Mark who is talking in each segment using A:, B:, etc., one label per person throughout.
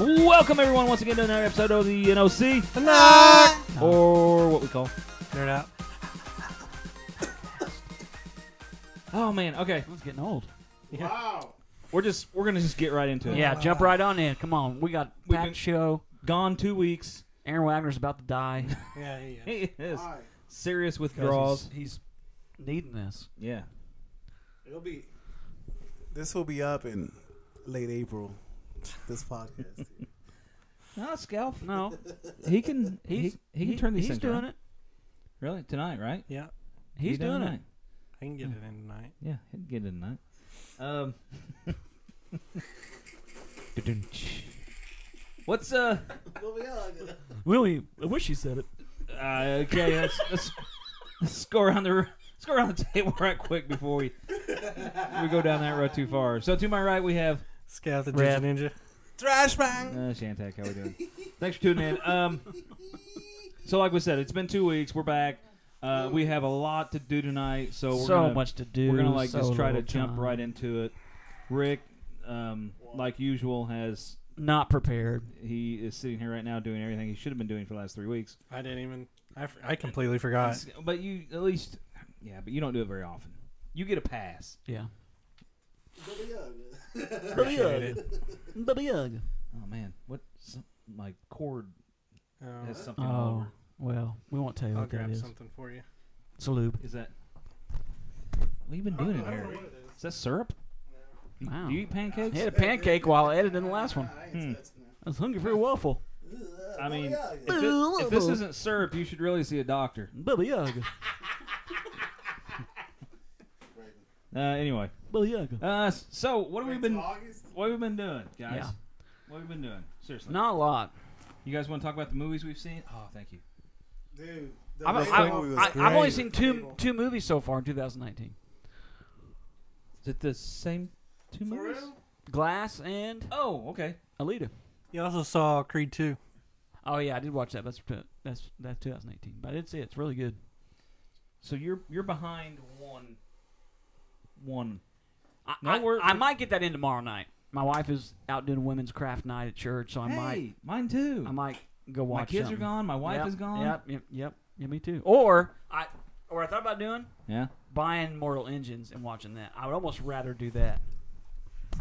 A: Welcome everyone once again to another episode of the NOC or what we call.
B: Nerd out.
A: Oh man, okay.
C: It's getting old.
A: We're just we're gonna just get right into it.
C: Yeah, jump right on in. Come on, we got
A: We've
C: packed
A: been-
C: show.
A: Gone two weeks.
C: Aaron Wagner's about to die.
B: Yeah, yeah. yeah.
A: He is
D: Hi.
A: serious
C: 'Cause
A: withdrawals.
C: He's, he's needing this.
A: Yeah.
D: It'll be. This will be up in late April. This podcast.
A: No, Scalf.
C: No,
A: He can he,
C: he's
A: he can turn these
C: He's
A: things
C: doing
A: around.
C: it.
A: Really? Tonight, right?
B: Yeah,
C: He's
A: He
C: doing
A: done
C: it.
B: I can get it in tonight.
A: Yeah, he'd get it tonight. Um What's uh
C: Willie, I wish he said it.
A: Uh, okay, let's, let's, let's go around the r- let's go around the table right quick before we we go down that road too far. So to my right we have
B: Scout the
C: Red.
B: Ninja.
D: Trash bang.
A: uh, Shantak. How we doing? Thanks for tuning in. Um, so like we said, it's been two weeks. We're back. Uh, we have a lot to do tonight, so we're
C: so
A: gonna,
C: much to do.
A: we're gonna like
C: so
A: just try to
C: little
A: jump
C: time.
A: right into it. Rick, um, like usual, has
C: Not prepared.
A: he is sitting here right now doing everything he should have been doing for the last three weeks.
B: I didn't even. I, f- I completely forgot.
A: But you at least, yeah, but you don't do it very often. You get a pass.
C: Yeah.
B: Appreciate it.
C: Bug.
A: Oh man, what? Some, my cord
B: Um,
A: has something all
C: Oh
A: over.
C: well, we won't tell you
B: I'll
C: what that
B: grab
C: is.
B: something for you.
C: It's a lube.
A: Is that? What you been doing in here? Is that syrup?
C: Wow.
A: Do you eat pancakes?
C: I had a pancake while editing the last one. I was hungry for a waffle.
A: I mean, if, thi- if this isn't syrup, you should really see a doctor.
C: Bubba Yaga.
A: Uh, anyway,
C: Bubba Yaga.
A: uh, s- so what have we been?
D: August.
A: What have we been doing, guys?
C: Yeah.
A: What have we been doing? Seriously,
C: Not a lot.
A: you guys want to talk about the movies we've seen? Oh, thank you.
D: Dude.
C: I've,
B: Red
C: I've-
B: Bull movie was
C: I- I've only
B: great.
C: seen two two movies so far in 2019:
A: Is it the same two movies?
C: Glass and
A: Oh, okay.
C: Alita.
B: You also saw Creed 2.
C: Oh yeah, I did watch that. That's that's that's 2018, but it's it's really good.
A: So you're you're behind one. One.
C: I,
A: No,
C: I,
A: we're-
C: I might get that in tomorrow night. My wife is out doing women's craft night at church, so I
A: hey,
C: might
A: mine too.
C: I might go watch.
A: my kids
C: something.
A: are gone. My wife
C: Yep,
A: is gone.
C: Yep, yep, yep. Yeah, me too. Or I or I thought about doing
A: Yeah.
C: buying Mortal Engines and watching that. I would almost rather do that.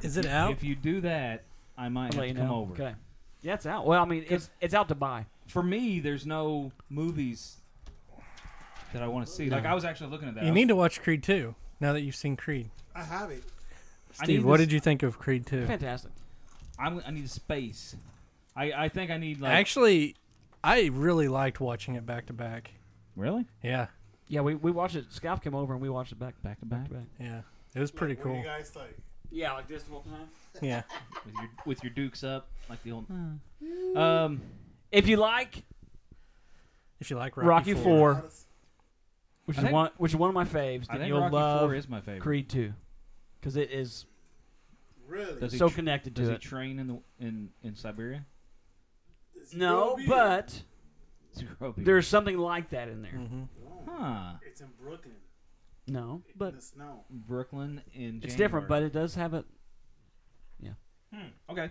B: Is it out?
A: If you do that, I might
C: I'll
A: have
C: let
A: to
C: you
A: come
C: know.
A: over.
C: Okay. Yeah, it's out. Well, I mean, it's it's out to buy.
A: For me, there's no movies that I want to see. Like I was actually looking at that.
B: You need to watch Creed 2 now that you've seen Creed.
D: I have it.
A: I
B: Steve,
A: need
B: what
A: this-
B: did you think of Creed 2?
C: Fantastic.
A: I'm, I need space. I, I think I need like
B: Actually, I really liked watching it back to back.
A: really
B: Yeah,
C: Yeah, we, we watched it. Scout came over and we watched it back
A: back to back
C: to back.
B: yeah. It was pretty
D: What do
B: cool.
D: you guys think?
C: Yeah, like this whole time.
B: Yeah.
A: with your with your dukes up like the old. Um,
C: If you like
B: If you like Rocky,
C: Rocky, Four,
B: Four,
C: which
A: I
C: is
A: think-
C: one which is one of my faves,
A: I
C: then
A: think
C: you'll
A: Rocky
C: love
A: Four is my favorite.
C: Creed Two, because it is
D: Really?
A: Does he
C: so
A: tr-
C: connected
A: Does
C: to
A: he
C: it.
A: train in the in in Siberia?
D: It's
C: No,
D: Brooklyn.
C: but
A: Nairobi.
C: there's something like that in
A: Hmm.
C: there.
B: Mhm.
A: huh
D: It's in Brooklyn.
C: No,
D: But
C: but
D: in the snow.
A: Brooklyn in.
C: it's different. But
A: January.
C: it does have a
A: Hmm, okay.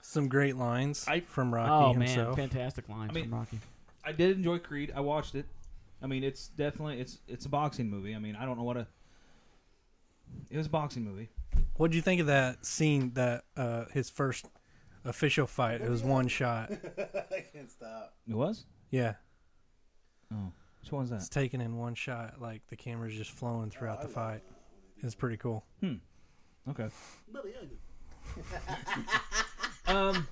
B: some great lines
A: I-
B: from Rocky
C: oh man,
B: himself.
C: fantastic lines
A: I mean-
C: from Rocky.
A: I did enjoy Creed. I watched it. I mean, it's definitely it's it's a boxing movie. I mean, I don't know what a it was a boxing movie.
B: What'd you think of that scene? That uh, his first official fight. It was one shot.
D: I can't stop.
A: It was.
B: Yeah,
A: Oh, which one was
B: it's
A: that?
B: taken in one shot. Like the camera's just flowing throughout the fight. It's pretty cool.
A: Okay. Um.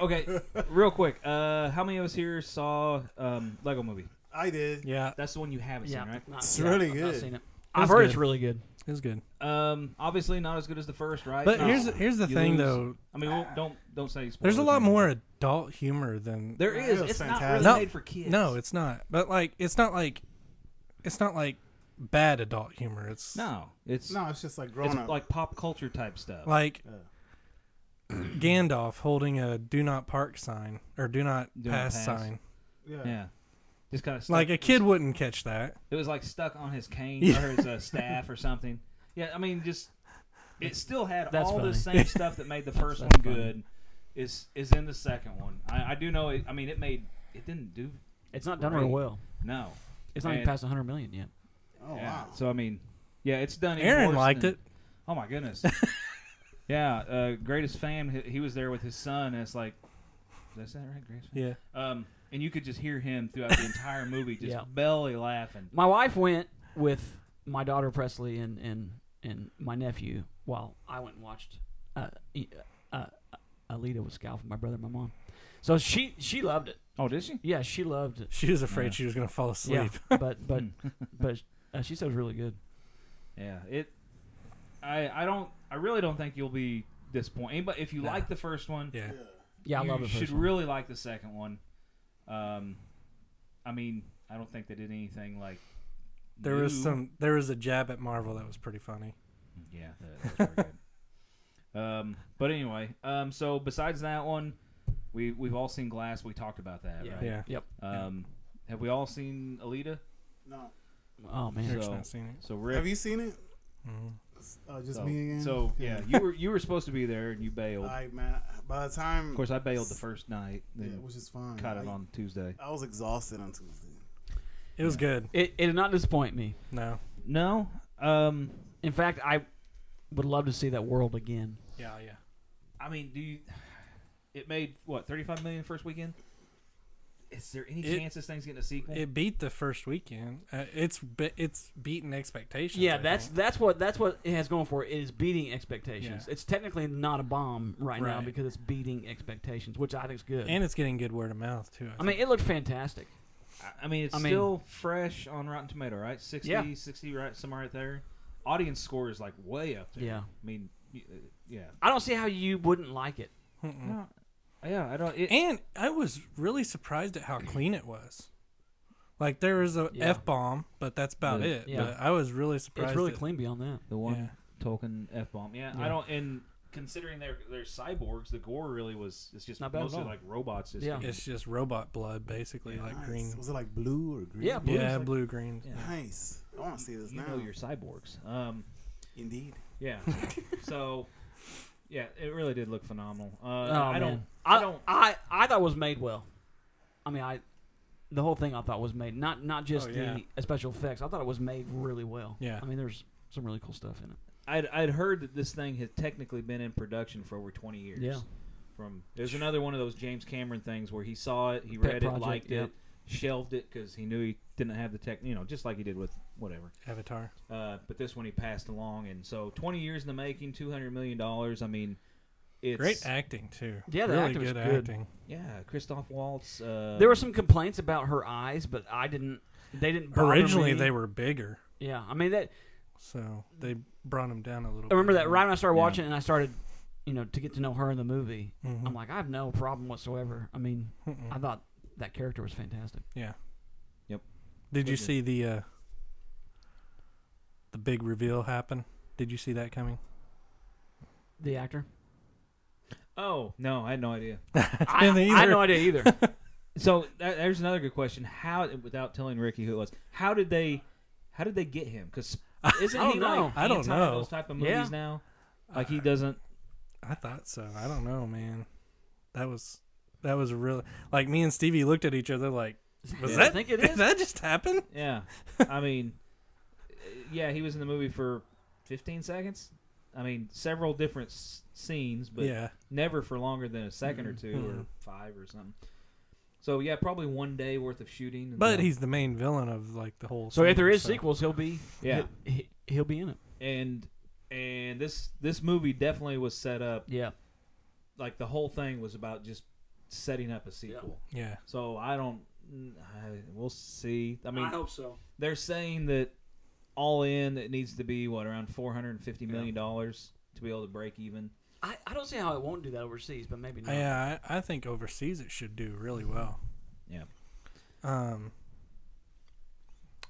A: Okay, real quick. Uh, how many of us here saw um Lego Movie?
D: I did.
B: Yeah,
A: That's the one you haven't
C: Yeah,
A: seen,
C: not-
D: It's
C: yeah,
D: really
C: I've not
D: good.
C: seen it.
B: It
C: I've
B: was
C: heard it's
B: good.
C: really good.
B: it was good.
A: right? Um, obviously not as good as the first, right?
B: But
A: No.
B: here's here's the
A: You
B: thing
A: lose.
B: though.
A: I mean, well, don't don't say.
B: There's a
A: spoilers
B: lot
A: or anything.
B: more adult humor than
A: There
D: It
A: is.
D: was
A: It's not really
D: fantastic.
A: made for kids.
B: No, it's not. But like, it's not like it's not like bad adult humor. It's
A: no, it's
D: No, it's just like grown
A: it's
D: up.
A: like pop culture type stuff.
B: like Gandalf holding a "Do not park" sign or "Do not
A: Do not
B: pass,
A: pass.
B: sign."
A: Yeah. Just kind of stuck.
B: Like a kid wouldn't catch that.
A: it was like stuck on his cane
B: Yeah.
A: or his uh, staff or something. Yeah, I mean, just it still had
C: That's
A: all the
C: funny.
A: same stuff that made the first
C: That's
A: one
C: funny.
A: good. Is is in the second one. I, I do know. It, I mean, it made it didn't do
C: It's not done real
A: Great.
C: well.
A: no.
C: It's not even
A: And-
C: past 100 million yet.
D: Oh
A: yeah.
D: wow.
A: So I mean, yeah, it's done. even
B: Aaron
A: worse
B: liked
A: than-
B: it.
A: Oh my goodness. yeah, uh, greatest fan. He, he was there with his son. And it's like, is that right, greatest fan?
B: Yeah.
A: Um, and you could just hear him throughout the entire movie, just
C: Yeah.
A: belly laughing.
C: My wife went with my daughter Presley and and, and my nephew while I went and watched uh, e- uh, uh, Alita with Scout for my brother and my mom. So she she loved it.
A: Oh, did she?
C: Yeah, she loved it.
B: She was afraid
A: Yeah.
B: she was gonna fall asleep.
C: Yeah, but but but uh, she said it was really good.
A: Yeah, it. I I don't. I really don't think you'll be disappointed. But if you
B: Nah.
A: like the first one,
B: Yeah.
C: Yeah, I
A: you
C: love it.
A: should really like the second one. Um, I mean, I don't think they did anything like.
B: There was
A: new.
B: some. There was a jab at Marvel that was pretty funny.
A: Yeah, that, that's pretty good. Um, but anyway, um, so besides that one, we we've all seen Glass. We talked about that,
C: Yeah.
A: right?
B: Yeah.
C: Yep.
A: Um, have we all seen Alita?
D: No.
C: Oh man.
B: Eric's
A: So-
B: not seen
A: So Rick,
D: Have you seen it?
B: Mhm.
D: Oh,
A: Mm-hmm.
D: just
A: so,
D: me again.
A: so, yeah, you were you were supposed to be there and you bailed.
D: All right, man. By the time,
A: of course, I bailed the first night,
D: yeah,
A: then
D: which is fine.
A: caught it
D: I,
A: on Tuesday.
D: I was exhausted on Tuesday.
B: It was good.
C: It, it did not disappoint me.
B: No.
A: No, um,
C: In fact, I would love to see that world again.
B: Yeah. Yeah.
A: I mean, do you? It made what thirty five million first weekend. Is there any
B: It-
A: chance this thing's getting a sequel?
B: It beat the first weekend. Uh, it's be- it's beaten expectations.
C: Yeah,
B: I
C: that's
B: think.
C: that's what that's what it has going for it is beating expectations.
B: Yeah.
C: It's technically not a bomb right, now
B: Right.
C: because it's beating expectations, which I think is good.
B: and it's getting good word of mouth too.
C: I mean, it looked fantastic.
A: I- I mean, it's
C: I mean-
A: still fresh on Rotten Tomato, right? 60,
C: Yeah.
A: 60, right? Somewhere right there. Audience score is like way up there.
C: Yeah.
A: I mean, y- uh, yeah.
C: I don't see how you wouldn't like it.
B: mean,
A: No, yeah, I don't. It,
B: and I was really surprised at how clean it was. Like there was a
C: Yeah.
B: bomb, but that's about
A: Yeah.
B: it.
C: Yeah.
B: But I was really surprised.
C: it's really
B: that-
C: clean beyond that.
A: the
B: one
A: Tolkien F bomb. Yeah, I
C: Yeah.
A: don't. And considering they're, they're cyborgs, the gore really was. It's just
C: Not bad at
A: mostly
C: all.
A: like robots. Just
C: Yeah.
A: getting-
B: It's just robot blood, basically,
D: Yeah,
B: like
D: nice.
B: green.
D: Was it like blue or green?
C: Yeah, blue.
B: yeah,
A: like-
B: blue green.
A: Yeah.
D: Nice. I want to see this
A: you
D: now.
A: know your cyborgs. Um,
D: Indeed.
A: yeah. so, yeah, it really did look phenomenal. Uh,
C: Oh,
A: I
C: man.
A: don't.
C: I,
A: I don't.
C: I I thought it was made well. I mean, I the whole thing I thought was made not not just
B: Oh, yeah.
C: the special effects. I thought it was made really well.
B: Yeah.
C: I mean, there's some really cool stuff in it.
A: I'd, I'd heard that this thing had technically been in production for over 20 years.
C: Yeah.
A: From there's another one of those James Cameron things where he saw it, he
C: Pet
A: read
C: project,
A: it, liked
C: yeah.
A: it, shelved it because he knew he didn't have the tech, you know, just like he did with whatever.
B: Avatar.
A: Uh, but this one he passed along, and so 20 years in the making, 200 million dollars. I mean, it's
B: Great Uh, acting too.
C: Yeah, the
B: really
C: acting was
B: good
C: good.
B: acting.
A: Yeah, Christoph Waltz. Uh,
C: There were some complaints about her eyes, but I didn't. They didn't. bother
B: Originally,
C: me.
B: they were bigger,
C: Yeah, I mean that.
B: so they brought them down a little.
C: I remember
B: bit.
C: that right when I started
A: Yeah.
C: watching it and I started, you know, to get to know her in the movie.
B: Mhm.
C: I'm like, I have no problem whatsoever. I mean,
B: Mm-mm.
C: I thought that character was fantastic.
B: Yeah.
A: Yep.
B: Did you
A: Okay.
B: see the uh the big reveal happen? Did you see that coming?
C: The actor,
A: Oh no, I had no idea.
C: I,
B: didn't either.
C: I had no idea either.
A: So that, there's another good question. How, without telling Ricky who it was, how did they, how did they get him? Because isn't
C: I don't
A: he
C: know.
A: like
B: I don't
A: anti
B: know.
A: those type of movies
C: Yeah.
A: now? Like he doesn't.
B: I thought so. I don't know, man. That was that was real. Like me and Stevie looked at each other like, was
A: Yeah.
B: that?
C: I think it
B: did
C: is.
B: that just happen?
A: Yeah, I mean, yeah, he was in the movie for 15 seconds. I mean, several different s- scenes, but
B: yeah.
A: never for longer than a 2nd or 2 or
B: Mhm.
A: five or something. So yeah, probably one day worth of shooting. and
B: But
A: then-
B: he's the main villain of like the whole.
C: So if
B: thing,
C: there is sequels, he'll be
A: Yeah.
C: he, he, will be in it.
A: and and this this movie definitely was set up
C: Yeah,
A: like the whole thing was about just setting up a sequel.
B: yeah,
A: So I don't. I, we'll see. I mean,
C: hope so.
A: they're saying that all in it needs to be what around 450 million dollars to be able to break even.
C: I, I don't see how it won't do that overseas, but maybe not.
B: yeah, I, I think overseas it should do really well.
A: Yeah.
B: Um,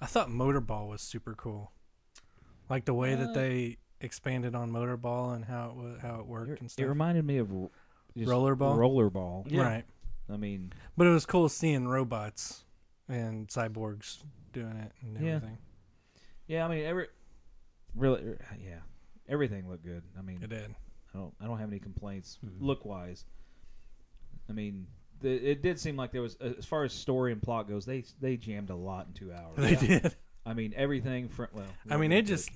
B: I thought Motorball was super cool, like the way
A: Uh,
B: that they expanded on Motorball and how it wa- how it worked and stuff.
A: reminded me of
B: Rollerball?
A: Rollerball.
C: Yeah.
B: Right,
A: I mean,
B: but it was cool seeing robots and cyborgs doing it and
A: Yeah.
B: everything.
A: er, yeah. I mean, every really, yeah. Everything looked good. I mean,
B: It Mm-hmm. did.
A: I don't, I don't have any complaints
C: Mhm.
A: look wise. I mean, the, it did seem like there was, as far as story and plot goes, they they jammed a lot in two hours.
B: They did.
A: I mean, everything from well,
B: I mean,
A: we'll
B: it
A: get to
B: just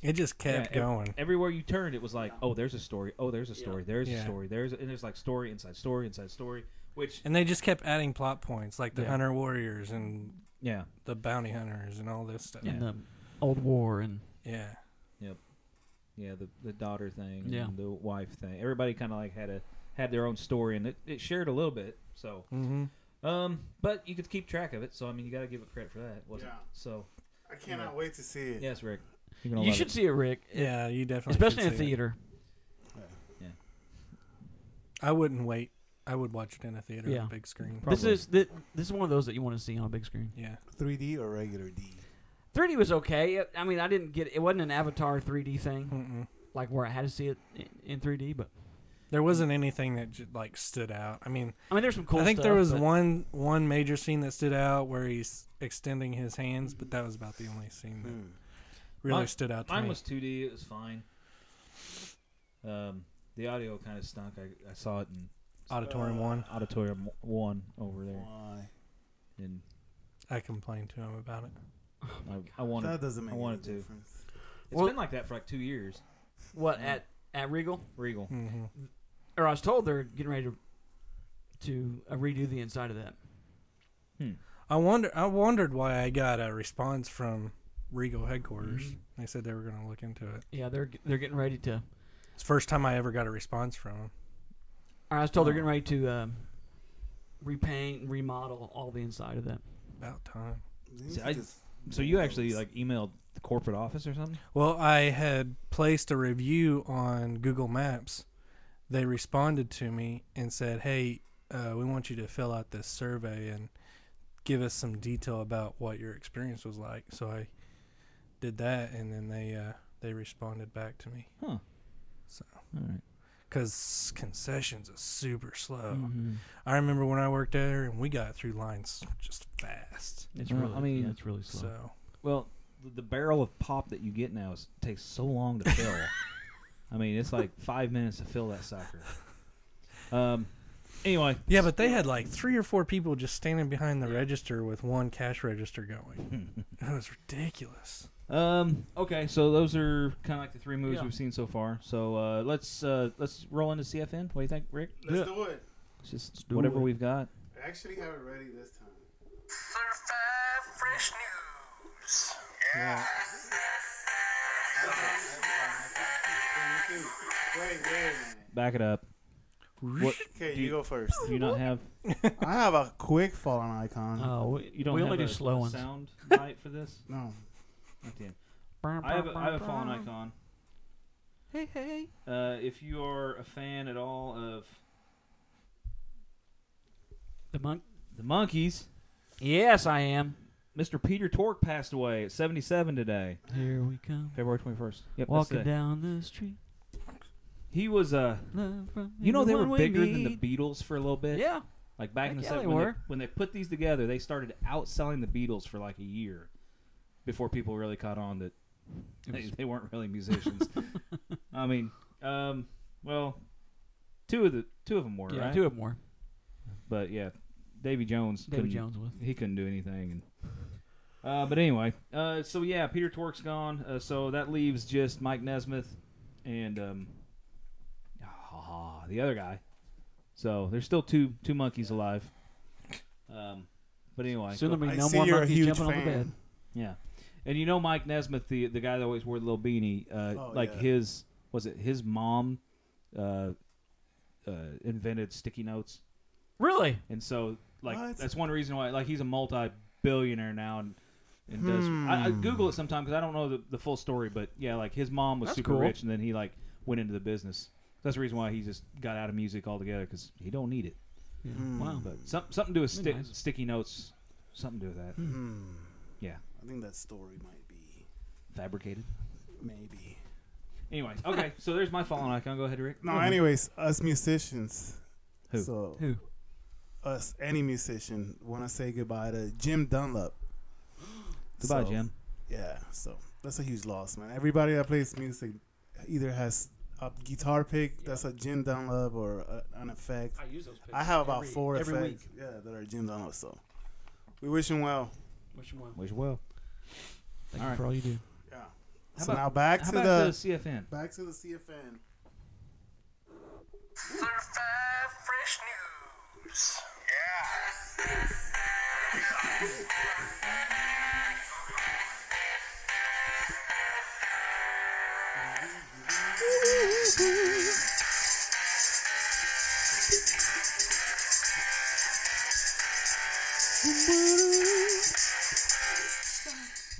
B: it just kept
A: Yeah, ev-
B: going.
A: everywhere you turned, it was like,
C: Yeah.
A: oh, there's a story. Oh, there's a
C: Yeah.
A: story. There's a
B: Yeah.
A: story. There's and there's like story inside story inside story. Which
B: And they just kept adding plot points like the
A: Yeah.
B: hunter warriors and
A: yeah,
B: the bounty hunters and all this stuff.
C: in the old war and
B: Yeah.
A: yeah, the the daughter thing,
C: Yeah.
A: and the wife thing. Everybody kind of like had a had their own story, and it, it shared a little bit. So,
B: Mm-hmm.
A: um, but you could keep track of it. So I mean, you got to give it credit for that. Wasn't
D: Yeah.
A: so
D: I cannot
A: Yeah.
D: wait to see it.
A: yes, Rick, You're gonna
C: you
A: love
C: should
A: it.
C: see it, Rick.
B: Yeah, you definitely.
C: especially
B: should
C: in a
B: see it.
C: theater.
B: I wouldn't wait. I would watch it in a theater
C: Yeah.
B: on a big screen.
A: Probably.
C: This is this, this is one of those that you want to see on a big screen.
B: Yeah.
D: 3D or regular D?
C: 3D was okay. It- I mean, I didn't get it wasn't an Avatar 3D
B: Mm-mm.
C: thing like where I had to see it in, in 3D, but
B: There wasn't anything that j- like stood out. I mean,
C: I mean, there's some cool.
B: I think
C: stuff,
B: there was
C: but-
B: one one major scene that stood out where he's extending his hands, but that was about the only scene that
D: Hmm.
B: really
A: Mm. Mine-
B: stood out to
A: Mine
B: me.
A: was 2D. It was fine. Um, the audio kind of stunk. I, I saw it in
B: Auditorium
D: uh,
B: one.
A: Auditorium One over there,
D: Why?
A: and
B: I complained to him about it.
A: I, I wanted.
D: That doesn't make
A: I wanted
D: any
A: to.
D: difference.
A: It's
C: Well-
A: been like that for like two years.
C: What
A: Mm.
C: at at Regal?
A: Regal.
B: Mm-hmm.
C: Or I was told they're getting ready to to uh, redo the inside of that.
B: I wonder. I wondered why I got a response from Regal headquarters.
A: Mm.
B: They said they were going to look into it.
C: Yeah, they're they're getting ready to.
B: It's the first time I ever got a response from them.
C: Or I was told they're
A: Oh.
C: getting ready to um, repaint and remodel all the inside of that.
B: About time.
D: You
A: See, I-
D: just-
A: So you actually like emailed the corporate office or something?
B: Well, I had placed a review on Google Maps. They responded to me and said, "Hey, uh, we want you to fill out this survey and give us some detail about what your experience was like." So I did that, and then they uh, they responded back to me
A: Huh.
B: So-
A: All right.
B: because concessions are super slow.
C: Mhm.
B: I remember when I worked there, and we got through lines just fast.
C: It's
A: Well,
C: really.
A: I mean,
C: yeah, it's really slow.
B: So
A: Well, the, the barrel of pop that you get now is, takes so long to fill. I mean, it's like five minutes to fill that sucker. Um. Anyway.
B: yeah, but they had like three or four people just standing behind the register with one cash register going. That was ridiculous.
A: Um. Okay. So those are kind of like the three movies
C: Yeah.
A: we've seen so far. So uh, let's uh, let's roll into CFN. What do you think, Rick?
D: Let's do it.
A: It's just whatever
C: it.
A: we've got.
D: I actually have it ready this time.
E: fresh news.
D: Wait, wait a minute.
A: Back it up. What
D: Okay,
A: Do
D: you
A: you-
D: go first.
A: do you not have?
D: I have a quick fallen icon.
A: Uh,
C: Oh, we,
A: You don't.
C: we
A: have
C: only
A: a,
C: do slow
A: a
C: ones.
A: Sound bite for this.
D: no.
A: Okay. I have a, I have a fallen icon.
C: Hey, hey.
A: Uh, if you are a fan at all of
C: The monk.
A: the monkeys,
C: Yes, I am.
A: Mr. Peter Tork passed away at 77 today,
C: Here we come.
A: February 21st. Yep. that's
C: Walking
A: it.
C: down the street.
A: He was uh,
C: Love from
A: you know, they were
C: everyone we
A: bigger than the
C: meet.
A: Beatles for a little bit.
C: Yeah.
A: Like back in the
C: Heck yeah, they
A: 70s, when, they-
C: were.
A: when they put these together, they started outselling the Beatles for like a year before people really caught on that
C: It
A: they,
C: was-
A: they weren't really musicians. I mean, um, well, two of the two of them were
C: Yeah,
A: right,
C: do it more.
A: but yeah, Davy Jones,
C: David
A: couldn't-
C: Jones with.
A: he couldn't do anything. And uh, but anyway, uh, so yeah, Peter Tork's gone, uh, so that leaves just Mike Nesmith and um, ah, the other guy. So there's still two two monkeys alive. Um, but anyway,
C: Soon there'll be
D: I
C: no
D: see
C: more
D: you're a
C: monkeys
D: huge
C: jumping on the
D: fan.
C: bed.
A: yeah, and you know Mike Nesmith, the the guy that always wore the little beanie, uh,
D: Oh,
A: like
D: yeah.
A: his was it his mom uh, uh, invented sticky notes.
C: Really?
A: And so, like,
D: What?
A: that's one reason why, like, he's a multi-billionaire now, and, and does. I, I
D: Hmm.
A: Google it sometime because I don't know the, the full story, but yeah, like his mom was
C: That's
A: super
C: cool.
A: rich, and then he like went into the business. That's the reason why he just got out of music altogether because he don't need it.
C: Yeah.
D: Hmm.
C: Wow.
A: But some, something to do with
C: That'd
A: sti-
C: be nice.
A: sticky notes, something to do with that.
D: Hmm.
A: Yeah,
D: I think that story might be
A: fabricated.
D: maybe.
A: Anyway, okay, so there's my fallen icon. Go ahead, Rick.
D: No, anyways, us musicians.
A: Who?
D: So
C: Who?
D: us any musician want to say goodbye to Jim Dunlop.
A: Goodbye,
D: So,
A: Jim.
D: Yeah, so that's a huge loss, man. Everybody that plays music either has a guitar pick that's a Jim Dunlop or a, an effect.
C: I use those. Pictures
D: I have about
C: every-
D: four
C: every
D: effects.
C: week.
D: Yeah, that are Jim Dunlop. So we wish him well.
C: Which one?
A: Wish well.
C: Thank
A: All
C: you for all you do.
D: Yeah.
A: How
D: so
A: about-
D: now back
A: How
D: to
A: about
D: the,
A: the CFN?
D: back to the CFN.
E: Certified fresh news. Yeah.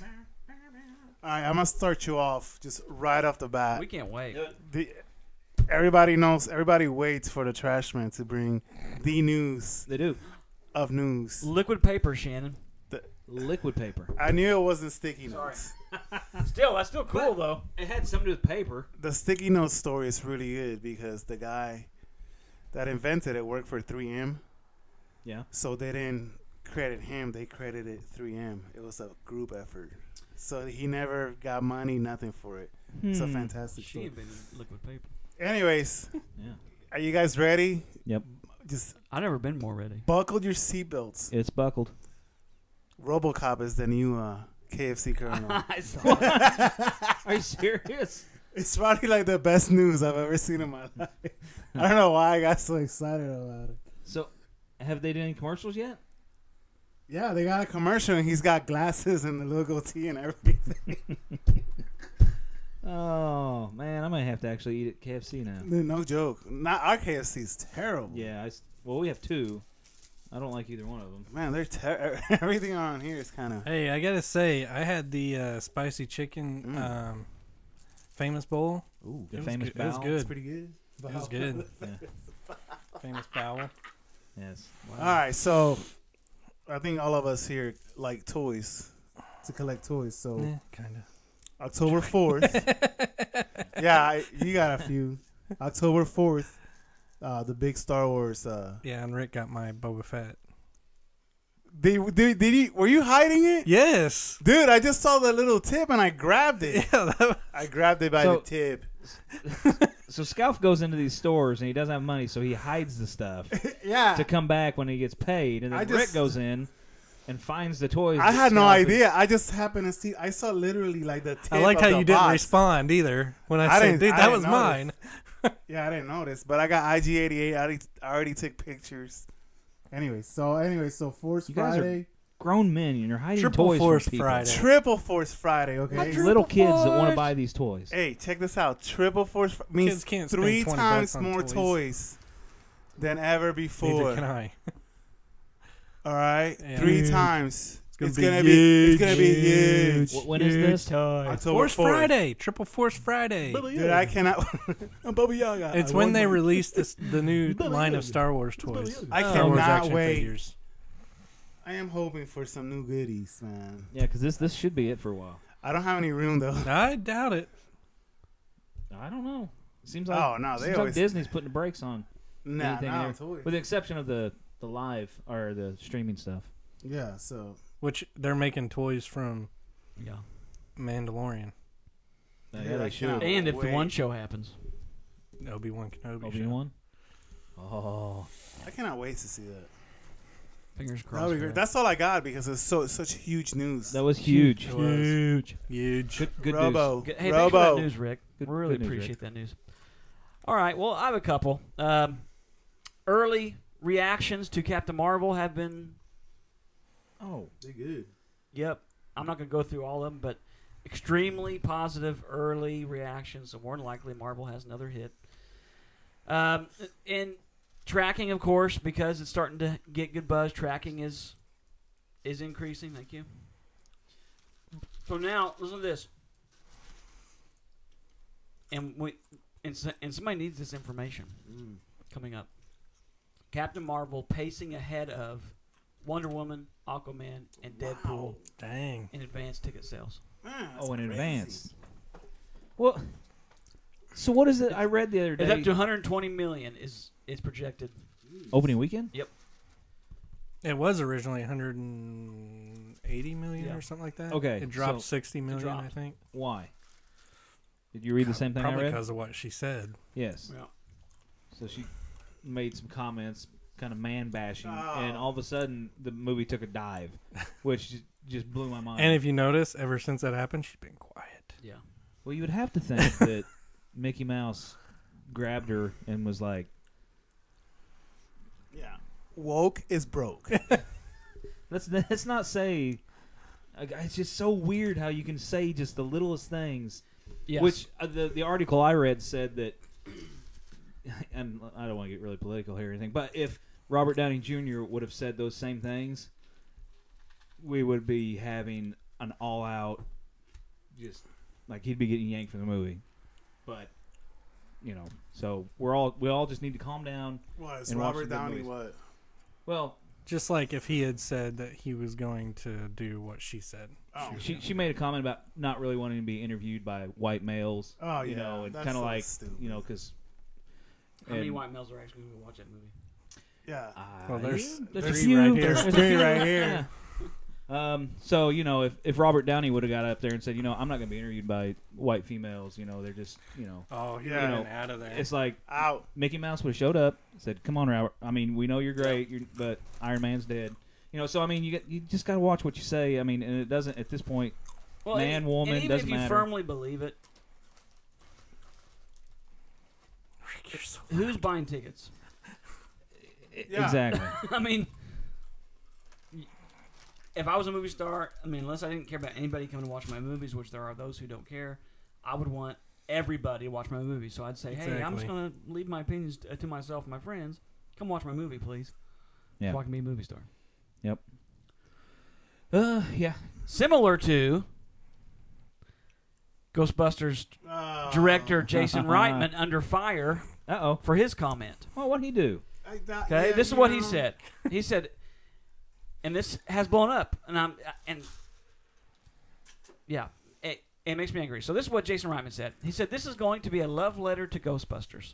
D: All right, I'm gonna start you off just right off the bat.
C: We can't wait.
D: the, everybody knows. Everybody waits for the trash man to bring the news
A: They do
D: of news.
C: Liquid paper, Shannon.
A: liquid paper.
D: I knew it wasn't sticky
C: Sorry.
D: notes.
C: Still, that's still cool
A: But-
C: though.
A: It had something to do with paper.
D: The sticky note story is really good because the guy that invented it worked for 3M.
A: Yeah.
D: So they didn't credit him; they credited 3M. It was a group effort. So he never got money, nothing for it. It's a
A: Hmm.
D: fantastic
C: She
D: story.
C: invented liquid paper.
D: Anyways,
A: Yeah.
D: are you guys ready?
A: Yep.
D: Just
C: I've never been more ready.
D: buckle your seatbelts.
A: It's buckled.
D: RoboCop is the new uh, KFC Colonel.
C: I saw it.
A: Are you serious?
D: it's probably like the best news I've ever seen in my life. I don't know why I got so excited about it.
A: so, have they done any commercials yet?
D: Yeah, they got a commercial and he's got glasses and the logo T and everything.
A: Oh man, I might have to actually eat at KFC now.
D: no joke. Not our KFC is terrible.
A: Yeah. I s well, we have two. I don't like either one of them.
D: Man, they're ter- everything on here is kind of
B: Hey, I gotta say, I had the uh, spicy chicken
D: Mm.
B: um, famous bowl.
A: Ooh,
B: It
A: the
B: was
A: famous
B: good- it was
A: bow.
B: good.
D: pretty good.
B: It was good.
A: Yeah.
B: famous bowl.
A: Yes.
D: All right, so I think all of us here like toys to collect toys. So
B: Yeah, kinda.
D: October 4th. yeah, I, you got a few. October 4th, uh, the big Star Wars. Uh,
B: Yeah, and Rick got my Boba Fett.
D: did, did, did you, were you hiding it?
B: Yes.
D: Dude, I just saw the little tip and I grabbed
B: Yeah.
D: it.
B: That,
D: I grabbed it by
A: So-
D: the tip.
A: So Scout goes into these stores and he doesn't have money, so he hides the stuff
D: Yeah.
A: to come back when he gets paid. And then
D: I just-
A: Rick goes in and finds the toys.
D: I
A: that
D: had no
A: Scout is-
D: idea. I just happened to see. I saw literally like the tip.
B: I liked
D: of
B: how
D: the
B: you didn't
D: box.
B: respond either when I,
D: I
B: said,
D: didn't-
B: "Dude,
D: I
B: that
D: didn't
B: was
D: notice.
B: mine."
D: Yeah, I didn't notice, but I got IG88. I already, I already took pictures. Anyway, so anyway, so Force
A: You guys are-
D: Friday,
A: Grown men, and you're hiding
B: Triple
A: toys
B: Force
A: from people.
B: Friday.
D: Triple Force Friday. Okay,
A: Little kids that want
C: Force.
A: to buy these toys.
D: Hey, check this out. Triple Force Fr- means
B: Kids can't spend
D: three
B: 20
D: times
B: bucks on
D: more toys.
B: toys.
D: than ever before.
B: Neither can I.
D: All right,
B: Yeah.
D: three
B: Dude.
D: times. It's
B: gonna
D: gonna,
B: be
D: be, It's gonna be huge.
A: Wh- when is this?
D: October
B: Force
D: 4th.
B: Friday, Triple Force Friday.
D: Dude, I cannot. I'm Bubba Yaga.
B: It's
D: I
B: when
D: won
B: they
D: my-
B: released this, the new line of Star Wars toys.
D: I
B: Star Wars
D: cannot
B: action
D: wait.
B: figures.
D: I am hoping for some new goodies, man.
A: Yeah, because this this should be it for a while.
D: I don't have any room though.
B: I doubt it.
A: I don't know. Seems like
D: Oh no, they
A: seems like
D: always
A: Disney's putting the brakes on
D: nah,
A: anything
D: nah,
A: there.
D: toys.
A: with the exception of the the live or the streaming stuff.
D: Yeah, so
B: Which they're making toys from
C: Yeah.
B: Mandalorian,
A: Uh,
D: Yeah,
A: yeah, they
D: that
A: should.
D: kinda-
C: And if the
D: Wait.
C: one show happens,
B: Obi Wan Kenobi.
A: Obi
B: show.
A: Wan. Oh,
D: I cannot wait to see that.
C: fingers crossed.
D: That'll be
C: for
D: great.
C: that.
D: That's all I got because it's so such huge news.
A: that was huge.
B: It was.
A: Huge.
B: Huge.
A: Good, good news.
D: Robo,
C: Good- Hey, thanks for
D: Robo.
C: that news, Rick.
A: Good-
C: we really
A: good news, Rick.
C: appreciate that news. All right. Well, I have a couple. Um, early reactions to Captain Marvel have been.
A: Oh,
D: They good.
C: Yep. I'm not going to go through all of them, but extremely positive early reactions. So more than likely, Marvel has another hit. Um, and tracking, of course, because it's starting to get good buzz. Tracking is is increasing. Thank you. So now, listen to this. And we and, so, and somebody needs this information
B: Mm.
C: coming up. Captain Marvel pacing ahead of Wonder Woman, Aquaman, and Deadpool
D: Wow.
B: Dang.
C: in advance ticket sales.
D: Man, that's
A: oh, in
D: crazy.
A: advance. Well, so what is it? I read the other
C: It's up
A: day.
C: to 120 million is is projected.
A: Opening weekend.
B: It was originally 180 million
C: Yeah.
B: or something like that.
A: Okay,
B: It dropped
A: so-
B: 60 million, I
C: dropped.
B: think.
A: Why? Did you read the same thing I
B: Probably
A: read?
B: because of what she said.
A: Yes.
C: Yeah.
A: So she made some comments, kind of man bashing,
D: Oh.
A: and all of a sudden the movie took a dive, which ju- just blew my mind.
B: And if you notice, ever since that happened, she's been quiet.
C: Yeah.
A: well, you would have to think that Mickey Mouse grabbed her and was like,
D: Yeah. Woke is broke.
A: "Let's let's not say." I- It's just so weird how you can say just the littlest things.
C: Yes.
A: Which uh, the the article I read said that, and I don't want to get really political here or anything, but if Robert Downey Jr. would have said those same things, we would be having an all out, just like he'd be getting yanked from the movie. But you know, so we're all we all just need to calm down.
D: Was
A: And watch the good
D: Robert Downey
A: movies.
D: what?
A: Well,
B: Just like if he had said that he was going to do what she said.
D: Oh,
A: she she made a comment about not really wanting to be interviewed by white males.
D: Oh,
A: you
D: yeah,
A: know, and
D: that's
A: kind of
D: so
A: like
D: stupid.
A: you know because.
C: How many white males are actually going to watch that movie?
D: yeah.
A: uh,
B: Well, there's
A: There's a
B: three
A: few.
B: right here.
A: There's a
D: three
A: few,
D: right here.
A: yeah. Um, so you know, if, if Robert Downey would have got up there and said, you know, I'm not going to be interviewed by white females, you know, they're just, you know,
B: Oh, he
D: Yeah.
B: ran out of there.
A: it's like
D: Out.
A: Mickey Mouse would have showed up, said, "Come on, Robert. I mean, we know you're great, you're, but Iron Man's dead." You know, so I mean, you get, you just got to watch what you say. I mean, and it doesn't at this point.
C: Well,
A: Man,
C: and-
A: woman,
C: and even
A: doesn't
C: if you
A: matter.
C: firmly believe it,
B: Rick, you're so-
C: who's buying tickets?
D: Yeah.
A: e, Exactly.
C: I mean, if I was a movie star, I mean, unless I didn't care about anybody coming to watch my movies, which there are those who don't care, I would want everybody to watch my movie. So I'd say, hey, I'm
B: Exactly.
C: just going to leave my opinions t- to myself and my friends. Come watch my movie, please.
A: Yeah.
C: So I can be a movie star.
A: uh, yeah.
C: Similar to Ghostbusters
D: Oh.
C: director Jason Reitman under fire
A: Uh oh.
C: for his comment.
A: Well, what'd he do?
D: I thought-
C: Okay,
D: yeah,
C: this is
D: you
C: what he
D: know.
C: said. He said, and this has blown up, and I'm and yeah, it, it makes me angry. So this is what Jason Reitman said. He said, "This is going to be a love letter to Ghostbusters.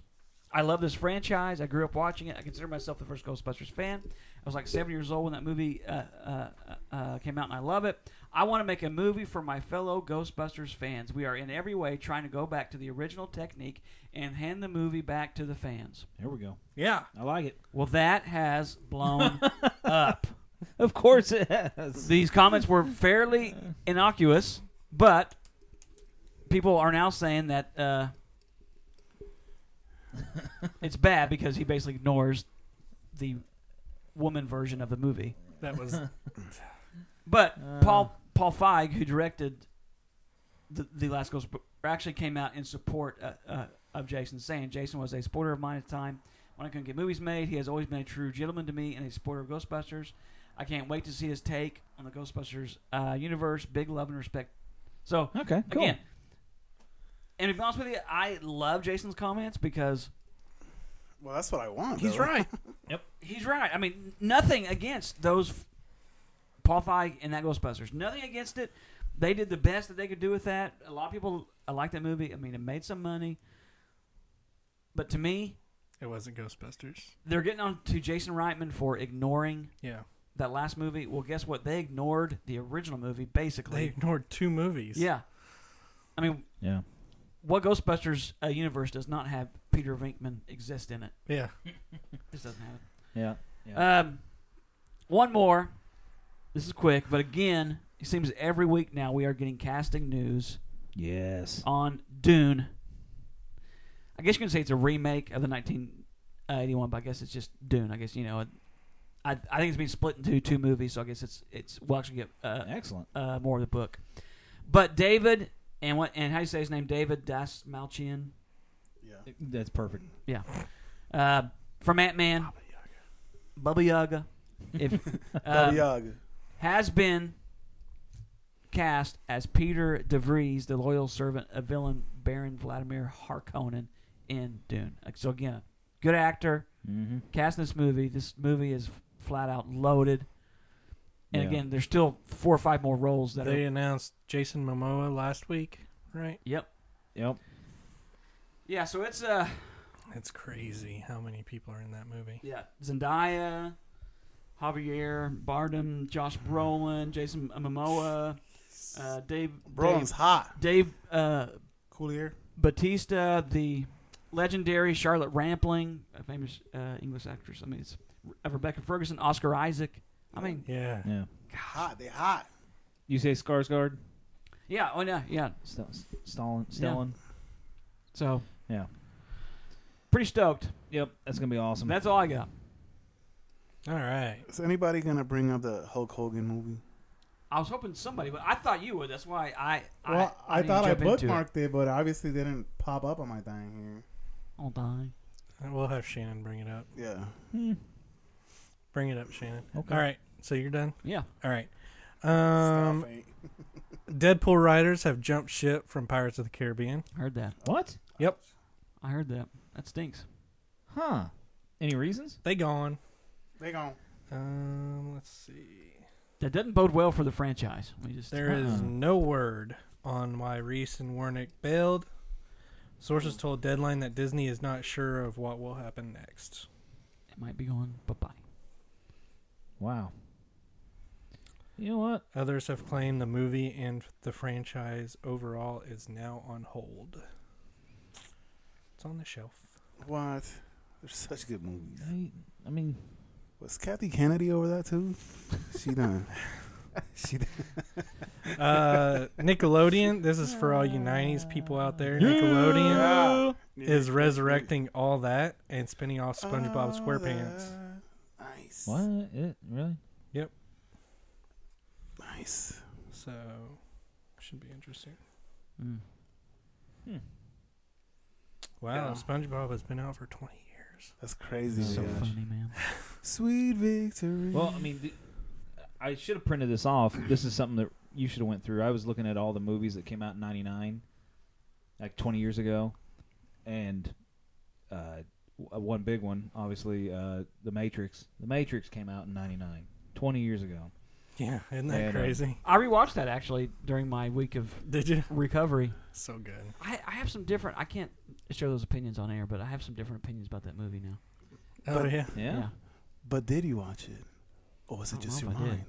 C: I love this franchise. I grew up watching it. I consider myself the first Ghostbusters fan. I was like seven years old when that movie uh, uh, uh, came out, and I love it. I want to make a movie for my fellow Ghostbusters fans. We are in every way trying to go back to the original technique and hand the movie back to the fans."
A: There we go.
B: yeah.
A: I like it.
C: Well, that has blown up.
A: Of course it has.
C: These comments were fairly innocuous, but people are now saying that uh, it's bad because he basically ignores the woman version of the movie.
B: That was
C: But
A: Uh.
C: Paul Paul Feig, who directed the, the Last Ghost, actually came out in support uh, uh, of Jason, saying Jason was a supporter of mine at the time when I couldn't get movies made. He has always been a true gentleman to me and a supporter of Ghostbusters. I can't wait to see his take on the Ghostbusters uh, universe. Big love and respect. So
A: Okay. Cool.
C: again, and to be honest with you, I love Jason's comments because
D: Well, that's what I want.
B: He's
D: though.
B: right.
C: He's right. I mean, nothing against those Paul Feig and that Ghostbusters. Nothing against it. They did the best that they could do with that. A lot of people uh, like that movie. I mean, it made some money. But to me,
B: It wasn't Ghostbusters.
C: they're getting on to Jason Reitman for ignoring
B: Yeah.
C: that last movie. Well, guess what? They ignored the original movie
B: They
C: basically.
B: ignored two movies.
C: yeah. I mean,
A: Yeah.
C: what Ghostbusters uh, universe does not have Peter Venkman exist in it?
B: Yeah.
C: This doesn't have it.
A: Yeah.
C: Um, one more. This is quick, but again, it seems every week now we are getting casting news
A: Yes.
C: on Dune. I guess you can say it's a remake of the 1981, but I guess it's just Dune. I guess you know, it, I I think it's being split into two movies, so I guess it's it's we'll actually get uh,
A: Excellent.
C: uh, more of the book. But David and what and how do you say his name? David Dasmalchian
D: Yeah.
A: That's perfect.
C: uh, from Ant Man, Bubba Yaga. If uh,
D: Bobby Yaga.
C: has been cast as Peter DeVries, the loyal servant of villain Baron Vladimir Harkonnen in Dune. Like, So again, good actor
A: Mm-hmm.
C: cast in this movie. This movie is flat out loaded. And
A: Yeah.
C: again, there's still four or five more roles that
B: They
C: are.
B: announced Jason Momoa last week, right?
C: Yep.
A: Yep.
C: Yeah. So it's uh
B: It's crazy how many people are in that movie.
C: yeah Zendaya, Javier Bardem, Josh Brolin, Jason Momoa, uh, Dave
D: Brolin's hot.
C: Dave, Dave uh,
D: Cool ear.
C: Batista, the legendary Charlotte Rampling, a famous uh, English actress. I mean, it's uh, Rebecca Ferguson, Oscar Isaac. I mean,
B: Yeah.
A: Yeah.
D: Hot, they hot.
A: You say Skarsgård?
C: yeah, oh yeah, yeah.
A: St- Stalin? Stalin?
C: So
A: Yeah.
C: pretty stoked.
A: Yep. That's gonna be awesome.
C: That's all I got.
B: All right.
D: Is anybody gonna bring up the Hulk Hogan movie?
C: I was hoping somebody, but I thought you would. That's why I.
D: Well, I,
C: I, didn't
D: thought I
C: jump into it.
D: bookmarked it. but obviously they didn't pop up on my thing
C: Oh, darn.
B: We'll have Shannon bring it up.
D: here. Yeah.
A: Hmm.
B: Bring it up, Shannon.
A: Okay.
B: All right. So you're done.
C: Yeah.
B: All right. Um,
D: Stuff ain't-
B: Deadpool writers have jumped ship from Pirates of the Caribbean.
C: Heard that.
A: What?
C: I heard that. That stinks.
A: Huh? Any reasons?
B: They gone.
D: they gone.
B: Um, let's see.
C: That doesn't bode well for the franchise. We just
B: There is
A: Uh-uh.
B: no word on why Reese and Warnick bailed. Sources told Deadline that Disney is not sure of what will happen next.
C: it might be going bye bye.
A: Wow. You know what?
B: Others have claimed the movie and the franchise overall is now on hold. It's on the shelf.
D: What? They're such good movies.
A: I, I mean,
D: Was Kathy Kennedy over that too? She done. she done.
B: Uh, Nickelodeon, this is for all you 90s people out there. Nickelodeon
D: Ah,
B: is resurrecting all that and spinning off SpongeBob SquarePants.
D: Nice.
A: what? It, really?
D: Nice.
B: So, should be interesting.
C: Mm.
B: Wow,
D: Yeah.
B: SpongeBob has been out for 20 years.
D: That's crazy.
C: So
D: Josh.
C: funny, man.
D: Sweet victory.
A: Well, I mean, th- I should have printed this off. This is something that you should have went through. I was looking at all the movies that came out in '99, like 20 years ago, and uh, w- one big one, obviously, uh, The Matrix. The Matrix came out in '99, 20 years ago.
B: Yeah, isn't
A: Yeah, I
B: that
A: know.
B: crazy?
C: I rewatched that actually during my week of
B: Did you?
C: recovery.
B: So good.
C: I, I have some different. I can't share those opinions on air, but I have some different opinions about that movie now.
B: Oh,
D: But-
B: yeah.
A: Yeah.
D: But did you watch it, or was
C: I
D: it
C: don't
D: just
C: know
D: your
C: if I did.
D: mind?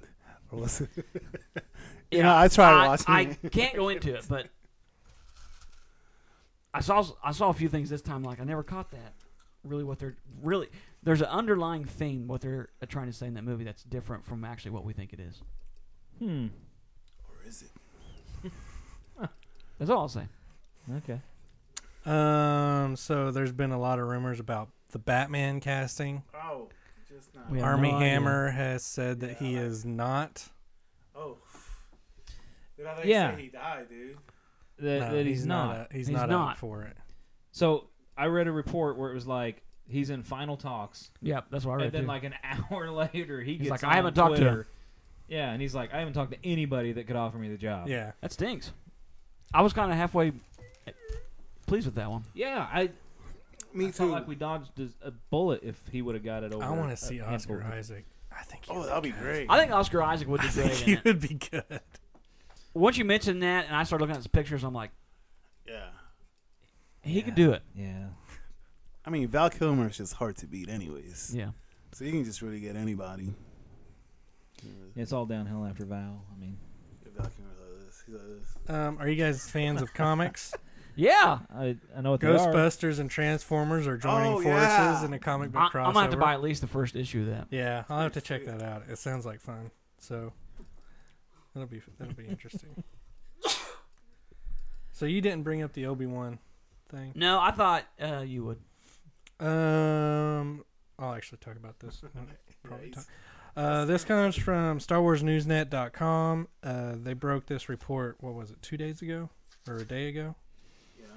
D: Or was it?
C: Yeah,
D: You know, I tried
C: I,
D: watching
C: I
D: it.
C: can't go into it, but I saw I saw a few things this time. Like I never caught that. Really, what they're really there's an underlying theme what they're trying to say in that movie that's different from actually what we think it is.
A: Hmm.
D: Or is it?
C: That's all I'll say.
A: Okay.
B: Um, so there's been a lot of rumors about the Batman casting.
D: Oh, just not.
C: We have
B: Army
C: no idea.
B: Hammer has said that he
D: Yeah.
B: is not.
D: Oh. Did I
A: Yeah.
D: he died, dude?
A: That,
B: no,
A: that he's, not.
B: up- he's,
C: He's
B: not,
C: not.
B: up for it.
A: So I read a report where it was like he's in final talks,
C: Yeah, that's what I read.
A: and then
C: too.
A: like an hour later he gets
C: like,
A: on
C: "I haven't talked to him."
A: Twitter. Yeah, and he's like, I haven't talked to anybody that could offer me the job.
B: Yeah.
C: that stinks. I was kind of halfway pleased with that one.
A: Yeah, I
D: Me
A: I
D: too.
A: felt like we dodged a- a bullet if he would have got it over.
B: I want
A: a
B: to see
A: handful
B: Oscar
A: of-
B: Isaac. I think. he
D: oh,
B: would
D: that'd be
B: good.
D: great.
C: I think Oscar Isaac would
B: I
C: be
B: think
C: great. in
B: he
C: it.
B: would be good.
C: Once you mentioned that, and I started looking at his pictures, I'm like,
D: yeah.
C: he could do it.
A: Yeah.
D: I mean, Val Kilmer is just hard to beat, anyways.
C: Yeah.
D: So you can just really get anybody.
A: It's all downhill after Val. I mean,
D: If Val Kilmer's like this, he's like this.
B: Um, are you guys fans of comics?
C: Yeah.
A: I I know what they are.
B: Ghostbusters and Transformers are joining
D: Oh,
B: forces
D: yeah.
B: in a comic
C: I,
B: book crossover.
C: I'm gonna have to buy at least the first issue of that.
B: Yeah, I'll have to check
D: sweet.
B: that out. It sounds like fun. So that'll be that'll be interesting. so you didn't bring up the Obi Wan thing.
C: No, I thought uh, you would.
B: Um, I'll actually talk about this. Probably
D: Yeah,
B: talk- Uh, this comes from StarWarsNewsNet.com. Uh, they broke this report. What was it? Two days ago or a day ago?
D: he's- yeah.